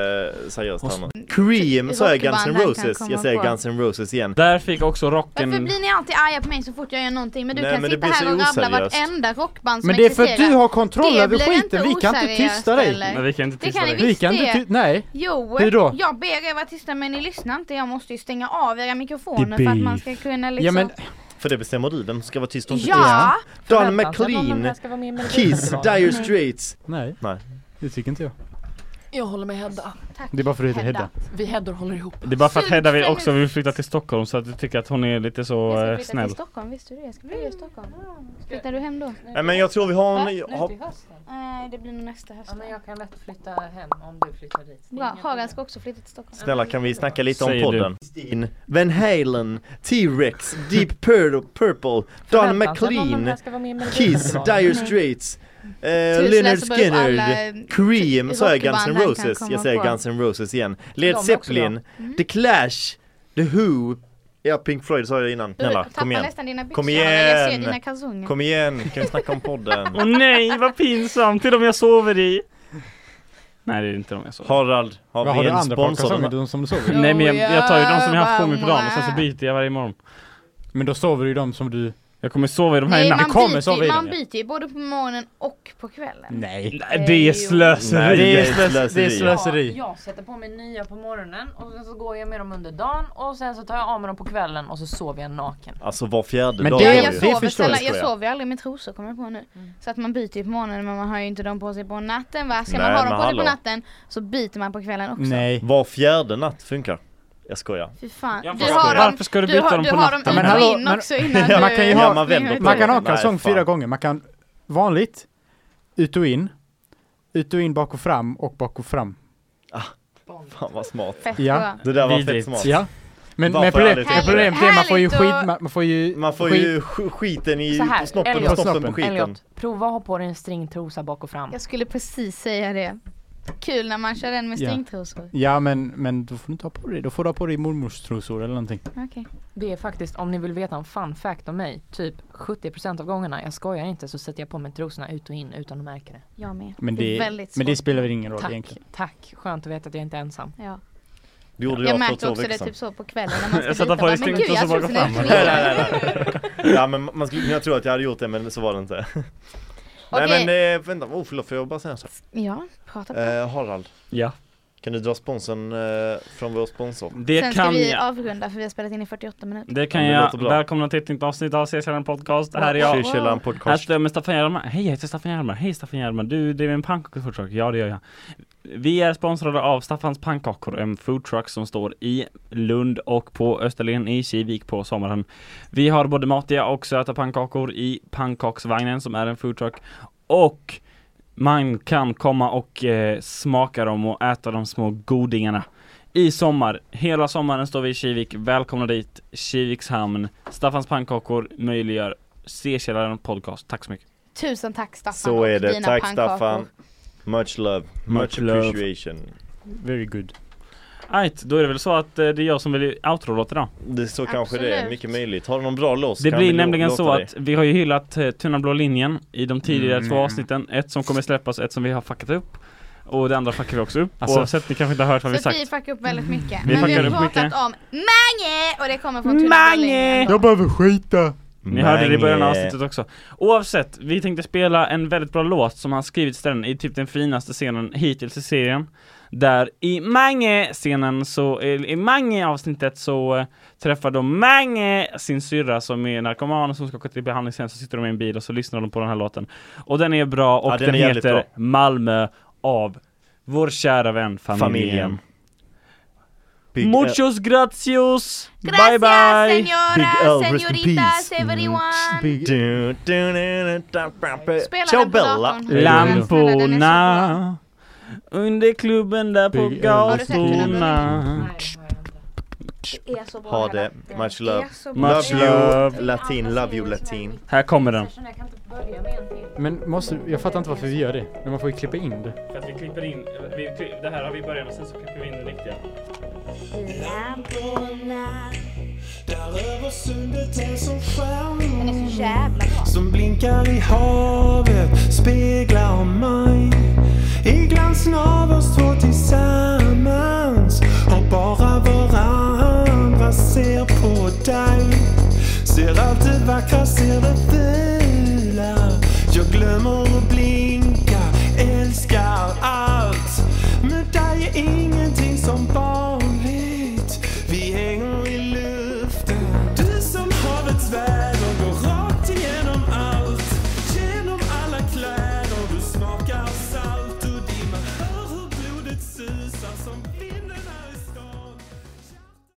Speaker 5: eh, seriöst här nu? Cream sa jag Guns N'
Speaker 3: Rockband han kan
Speaker 5: Roses, jag
Speaker 3: komma
Speaker 5: säger
Speaker 3: på.
Speaker 5: Guns N' Roses igen
Speaker 2: Där fick också
Speaker 3: Varför
Speaker 2: rocken...
Speaker 3: blir ni alltid arga på mig så fort jag gör någonting? Men du
Speaker 5: Nej,
Speaker 3: kan
Speaker 5: men det
Speaker 3: sitta
Speaker 5: blir
Speaker 3: här
Speaker 5: så
Speaker 3: och rabbla
Speaker 5: oseriöst.
Speaker 3: vartenda rockband som
Speaker 8: Men det är för att
Speaker 3: existerar.
Speaker 8: du har kontroll
Speaker 3: Det
Speaker 8: över
Speaker 3: blir
Speaker 8: skiten,
Speaker 3: inte
Speaker 8: vi kan inte
Speaker 3: oseriöst,
Speaker 8: tysta dig.
Speaker 3: eller?
Speaker 2: Nej, vi kan inte
Speaker 3: Det
Speaker 2: tysta
Speaker 3: kan ni
Speaker 2: dig.
Speaker 8: Vi
Speaker 3: Visst
Speaker 8: kan
Speaker 3: det.
Speaker 8: inte ty- Nej.
Speaker 3: Jo,
Speaker 8: Hur då?
Speaker 3: jag ber er vara tysta men ni lyssnar inte. Jag måste ju stänga av era mikrofoner
Speaker 8: Det
Speaker 3: för att
Speaker 8: blir-
Speaker 3: man ska kunna liksom...
Speaker 8: Ja men,
Speaker 5: För det bestämmer du, vem som ska vara tyst och inte
Speaker 3: ja.
Speaker 5: tyst Don
Speaker 10: Förväntan, så att någon av de
Speaker 5: McLean,
Speaker 10: här ska vara med i
Speaker 5: Kiss,
Speaker 10: Melodifestivalen.
Speaker 5: Dire Straits
Speaker 8: nej.
Speaker 5: Nej.
Speaker 8: Det tycker inte jag.
Speaker 10: Jag håller med Hedda.
Speaker 8: Det är bara för att du heter Hedda.
Speaker 10: Vi Heddor håller ihop.
Speaker 2: Det är bara för att Hedda vill
Speaker 3: Sug
Speaker 2: också vill flytta till Stockholm så att du tycker att hon är lite
Speaker 3: Jag
Speaker 2: så
Speaker 3: ska
Speaker 2: eh,
Speaker 3: flytta till
Speaker 2: snäll.
Speaker 3: Stockholm, visste du det? Jag ska flytta till Stockholm. Flyttar du hem då?
Speaker 5: Nej men jag tror vi har
Speaker 10: Nu
Speaker 5: en... Har,
Speaker 10: till hösten.
Speaker 3: Nej, det blir nog nästa höst.
Speaker 10: Ja, men jag kan lätt flytta hem om du flyttar dit.
Speaker 3: Bra, Harald ska också flytta till Stockholm.
Speaker 5: Snälla kan vi snacka lite
Speaker 2: Säger
Speaker 5: om
Speaker 2: du.
Speaker 5: podden? Stin, Van Halen, T-Rex, Deep Pur- Purple, Don McLean, Kiss, Dire Straits, eh,
Speaker 3: Tusen
Speaker 5: Leonard
Speaker 3: läser bara upp alla, eh,
Speaker 5: Skinner, Cream, sa jag Guns
Speaker 3: rockband
Speaker 5: N'
Speaker 3: han kan
Speaker 5: Roses,
Speaker 3: komma
Speaker 5: jag säger
Speaker 3: på.
Speaker 5: Guns N' Roses igen,
Speaker 10: är
Speaker 5: Led
Speaker 10: också
Speaker 5: Zeppelin,
Speaker 3: Mm.
Speaker 5: The Clash, The Who, ja Pink Floyd sa jag innan,
Speaker 3: Du
Speaker 5: snälla
Speaker 3: tappar
Speaker 5: kom igen,
Speaker 3: nästan dina byxor.
Speaker 5: Kom
Speaker 3: Jag ser
Speaker 5: igen.
Speaker 3: dina kalsonger.
Speaker 5: kom igen, kan vi snacka om podden?
Speaker 2: Åh nej, vad pinsamt! Till och med jag sover i. Nej, det är inte de jag sover i.
Speaker 5: Harald,
Speaker 8: Vad
Speaker 5: har
Speaker 8: har
Speaker 5: vi
Speaker 8: du
Speaker 5: en
Speaker 8: andra par kalsonger
Speaker 5: sponsor?
Speaker 8: de som du sover i?
Speaker 2: Nej men jag, jag tar ju de som jag haft på mig på dagen och sen så byter jag varje morgon.
Speaker 8: Men då sover du i de som du...
Speaker 2: Jag kommer sova i de här i
Speaker 3: Nej,
Speaker 2: natt.
Speaker 3: man,
Speaker 8: Det kommer så
Speaker 3: byter, ju-
Speaker 8: vidare.
Speaker 3: man byter ju både på morgonen och på kvällen.
Speaker 8: Nej.
Speaker 2: Nej, det är slöseri.
Speaker 5: Nej,
Speaker 8: Det
Speaker 5: det
Speaker 8: är
Speaker 5: är
Speaker 8: slös- det är
Speaker 5: slöseri.
Speaker 8: slöseri.
Speaker 10: Jag sätter på mig nya på morgonen och sen så går jag med dem under dagen och sen så tar jag av mig dem på kvällen och så sover jag naken.
Speaker 5: Alltså var fjärde
Speaker 8: Men
Speaker 5: dag
Speaker 8: det-
Speaker 5: är
Speaker 3: Ja,
Speaker 5: ju-
Speaker 3: jag,
Speaker 8: det
Speaker 3: sover
Speaker 8: förstår jag.
Speaker 3: sällan, jag sover ju aldrig med trosor kommer jag på nu. Så att man byter ju på morgonen men man har ju inte dem på sig på natten va. Ska
Speaker 5: Nej,
Speaker 3: man ha
Speaker 5: men
Speaker 3: dem på sig
Speaker 5: hallå.
Speaker 3: på natten så byter man på kvällen också.
Speaker 8: Nej.
Speaker 5: Var fjärde natt funkar. Jag skojar.
Speaker 3: Fy fan.
Speaker 5: Jag
Speaker 3: Du
Speaker 5: förstår
Speaker 3: har
Speaker 5: det.
Speaker 3: dem,
Speaker 5: Varför ska du byta
Speaker 3: har,
Speaker 5: dem
Speaker 3: du
Speaker 5: på
Speaker 3: har
Speaker 5: natten?
Speaker 3: dem
Speaker 5: Men
Speaker 3: in
Speaker 5: hallå,
Speaker 3: och in
Speaker 5: men-
Speaker 3: också innan du...
Speaker 8: man kan ju
Speaker 5: Ja,
Speaker 8: ha,
Speaker 5: man vänder på
Speaker 8: man kan
Speaker 5: det.
Speaker 8: ha kalsong
Speaker 5: Nej, fan.
Speaker 8: fyra gånger. Man kan vanligt, ut och in, ut och in bak och fram och bak och fram.
Speaker 5: Fan vad smart.
Speaker 3: Fett
Speaker 8: Ja.
Speaker 5: Det där var fett
Speaker 8: Vidrigt.
Speaker 5: smart.
Speaker 8: Ja. Men,
Speaker 5: Varför har
Speaker 8: men
Speaker 5: jag
Speaker 8: problem,
Speaker 5: aldrig tänkt på det?
Speaker 8: problemet är man får ju
Speaker 3: Härligt
Speaker 8: skit,
Speaker 3: och-
Speaker 8: man man får ju...
Speaker 5: Man får
Speaker 8: skit-
Speaker 5: ju sk- skiten i
Speaker 10: Så
Speaker 5: på
Speaker 10: här,
Speaker 5: snoppen
Speaker 10: Elliot.
Speaker 5: och snoppen på skiten.
Speaker 10: Elliot, prova att ha på dig en stringtrosa bak och fram.
Speaker 3: Jag skulle precis säga det. Kul när man kör den med
Speaker 8: Ja.
Speaker 3: stringtrosor.
Speaker 8: Ja men, men då får du inte ha på dig, då får du ha på dig mormors trosor eller någonting.
Speaker 3: Okej.
Speaker 10: Det är faktiskt, om ni vill veta en fun fact om mig, typ 70% av gångerna, jag skojar inte, så sätter jag på mig trosorna ut och in utan att märka det.
Speaker 3: Jag med.
Speaker 8: Men
Speaker 3: Det är
Speaker 8: det,
Speaker 3: väldigt
Speaker 8: men det
Speaker 3: svårt.
Speaker 8: spelar väl ingen roll
Speaker 10: Tack,
Speaker 8: egentligen.
Speaker 10: tack. Skönt att veta att jag inte är ensam.
Speaker 3: Ja.
Speaker 5: Det gjorde
Speaker 3: Jag
Speaker 5: jag, för
Speaker 3: märkte
Speaker 5: två
Speaker 3: också
Speaker 5: veckor
Speaker 3: det
Speaker 5: sedan.
Speaker 3: typ så på kvällen när man ska
Speaker 5: Jag satte
Speaker 3: byta.
Speaker 5: på
Speaker 3: Bara,
Speaker 5: dig
Speaker 3: Men gud, jag
Speaker 5: stringtrosor
Speaker 3: trodde
Speaker 5: bak och
Speaker 3: det
Speaker 5: fram.
Speaker 3: var
Speaker 5: Nej, nej, nej. Ja men man skulle kunna tro att jag hade gjort det men så var det inte. Nej
Speaker 3: Okej.
Speaker 5: men eh, vänta, oh, förlåt får jag bara säga en sak?
Speaker 3: Ja, prata på.
Speaker 5: Eh, Harald.
Speaker 2: Ja.
Speaker 5: Kan du dra sponsorn eh, från vår sponsor?
Speaker 2: Det
Speaker 3: Sen ska
Speaker 2: kan
Speaker 3: vi
Speaker 2: jag.
Speaker 3: avrunda för vi har spelat in i 48 minuter.
Speaker 2: Det kan
Speaker 5: Ja, det låter
Speaker 2: jag.
Speaker 5: bra.
Speaker 2: Välkomna till ett nytt avsnitt av Kyrkällan podcast. Det här är jag.
Speaker 5: Kyrkällan podcast.
Speaker 2: Här står jag med Alltså, Staffan Hjalmar. Hej, jag heter Staffan Hjalmar. Hej Staffan Hjalmar. Du driver en pannkakor Ja, det gör jag. Vi är sponsrade av Staffans pannkakor, en foodtruck som står i Lund och på Österlen i Kivik på sommaren. Vi har både matiga och söta pannkakor i pannkaksvagnen som är en foodtruck och man kan komma och eh, smaka dem och äta de små godingarna i sommar. Hela sommaren står vi i Kivik. Välkomna dit, Kiviks hamn. Staffans pannkakor möjliggör C-källaren podcast. Tack så mycket.
Speaker 3: Tusen tack Staffan
Speaker 5: Så är
Speaker 3: och
Speaker 5: det,
Speaker 3: dina
Speaker 5: tack
Speaker 3: pannkakor.
Speaker 5: Staffan. Much love, much,
Speaker 2: Much love.
Speaker 5: appreciation.
Speaker 2: Very good. Right, då är det väl så att eh, det är jag som väljer outro-låt idag.
Speaker 5: Det är så kanske det är,
Speaker 3: Absolut.
Speaker 5: mycket möjligt. Har du någon bra låt så
Speaker 2: Det
Speaker 5: kan
Speaker 2: blir
Speaker 5: vi lo-
Speaker 2: nämligen
Speaker 5: låta
Speaker 2: så
Speaker 5: dig.
Speaker 2: att vi har ju hyllat eh, Tunna blå linjen i de tidigare
Speaker 8: Mm.
Speaker 2: två avsnitten. Ett som kommer släppas, ett som vi har fuckat upp. Och det andra fuckar vi också upp.
Speaker 8: Alltså-
Speaker 2: Oavsett, ni kanske inte har hört vad vi
Speaker 3: Så att
Speaker 2: sagt.
Speaker 3: vi fuckar upp
Speaker 5: Mm.
Speaker 3: väldigt mycket.
Speaker 2: Vi
Speaker 3: Men vi
Speaker 2: fuckar
Speaker 3: har
Speaker 2: upp
Speaker 3: pratat
Speaker 2: mycket.
Speaker 3: om Mange! Och det kommer från Mange!
Speaker 8: Jag behöver skita!
Speaker 2: Ni hörde det i början av
Speaker 5: Mange.
Speaker 2: avsnittet också. Oavsett, vi tänkte spela en väldigt bra låt som han skrivit till den i typ den finaste scenen hittills i serien. Där i Mange-scenen så, eller i Mange-avsnittet så eh, träffar de Mange sin syrra som är narkoman och som ska gå till behandlingshem, så sitter de i en bil och så lyssnar de på den här låten. Och den är bra och
Speaker 5: Ja,
Speaker 2: den,
Speaker 5: den är jävligt
Speaker 2: heter
Speaker 5: bra.
Speaker 2: Malmö av vår kära vän familjen.
Speaker 5: Familjen. Big L-
Speaker 2: Muchos gracias!
Speaker 3: Gracias
Speaker 2: bye bye!
Speaker 5: Big
Speaker 3: senora,
Speaker 5: L, rest in
Speaker 3: senoritas,
Speaker 5: peace.
Speaker 3: everyone!
Speaker 5: Du- du- du- du- du- du-
Speaker 3: Spela
Speaker 5: Ciao
Speaker 3: den på datorn.
Speaker 5: Bella!
Speaker 2: Lamporna under klubben där på
Speaker 8: Big L.
Speaker 3: Har du sett den?
Speaker 2: gatorna
Speaker 3: Det är så bra
Speaker 5: Ha
Speaker 3: hela.
Speaker 5: det, much love.
Speaker 3: är så bra.
Speaker 2: Much
Speaker 5: Love you
Speaker 2: love.
Speaker 5: latin, love you latin.
Speaker 2: Här kommer den.
Speaker 10: Jag kan inte börja med en till.
Speaker 8: Men måste, jag fattar inte varför vi gör det. Men man får ju klippa in det.
Speaker 2: För att vi klipper in, vi, det här har vi börjat med sen så klipper vi in den riktiga.
Speaker 9: Lamporna
Speaker 11: Över sundet en som stjärnor
Speaker 9: är så jävla bra.
Speaker 11: Som blinkar i havet speglar mig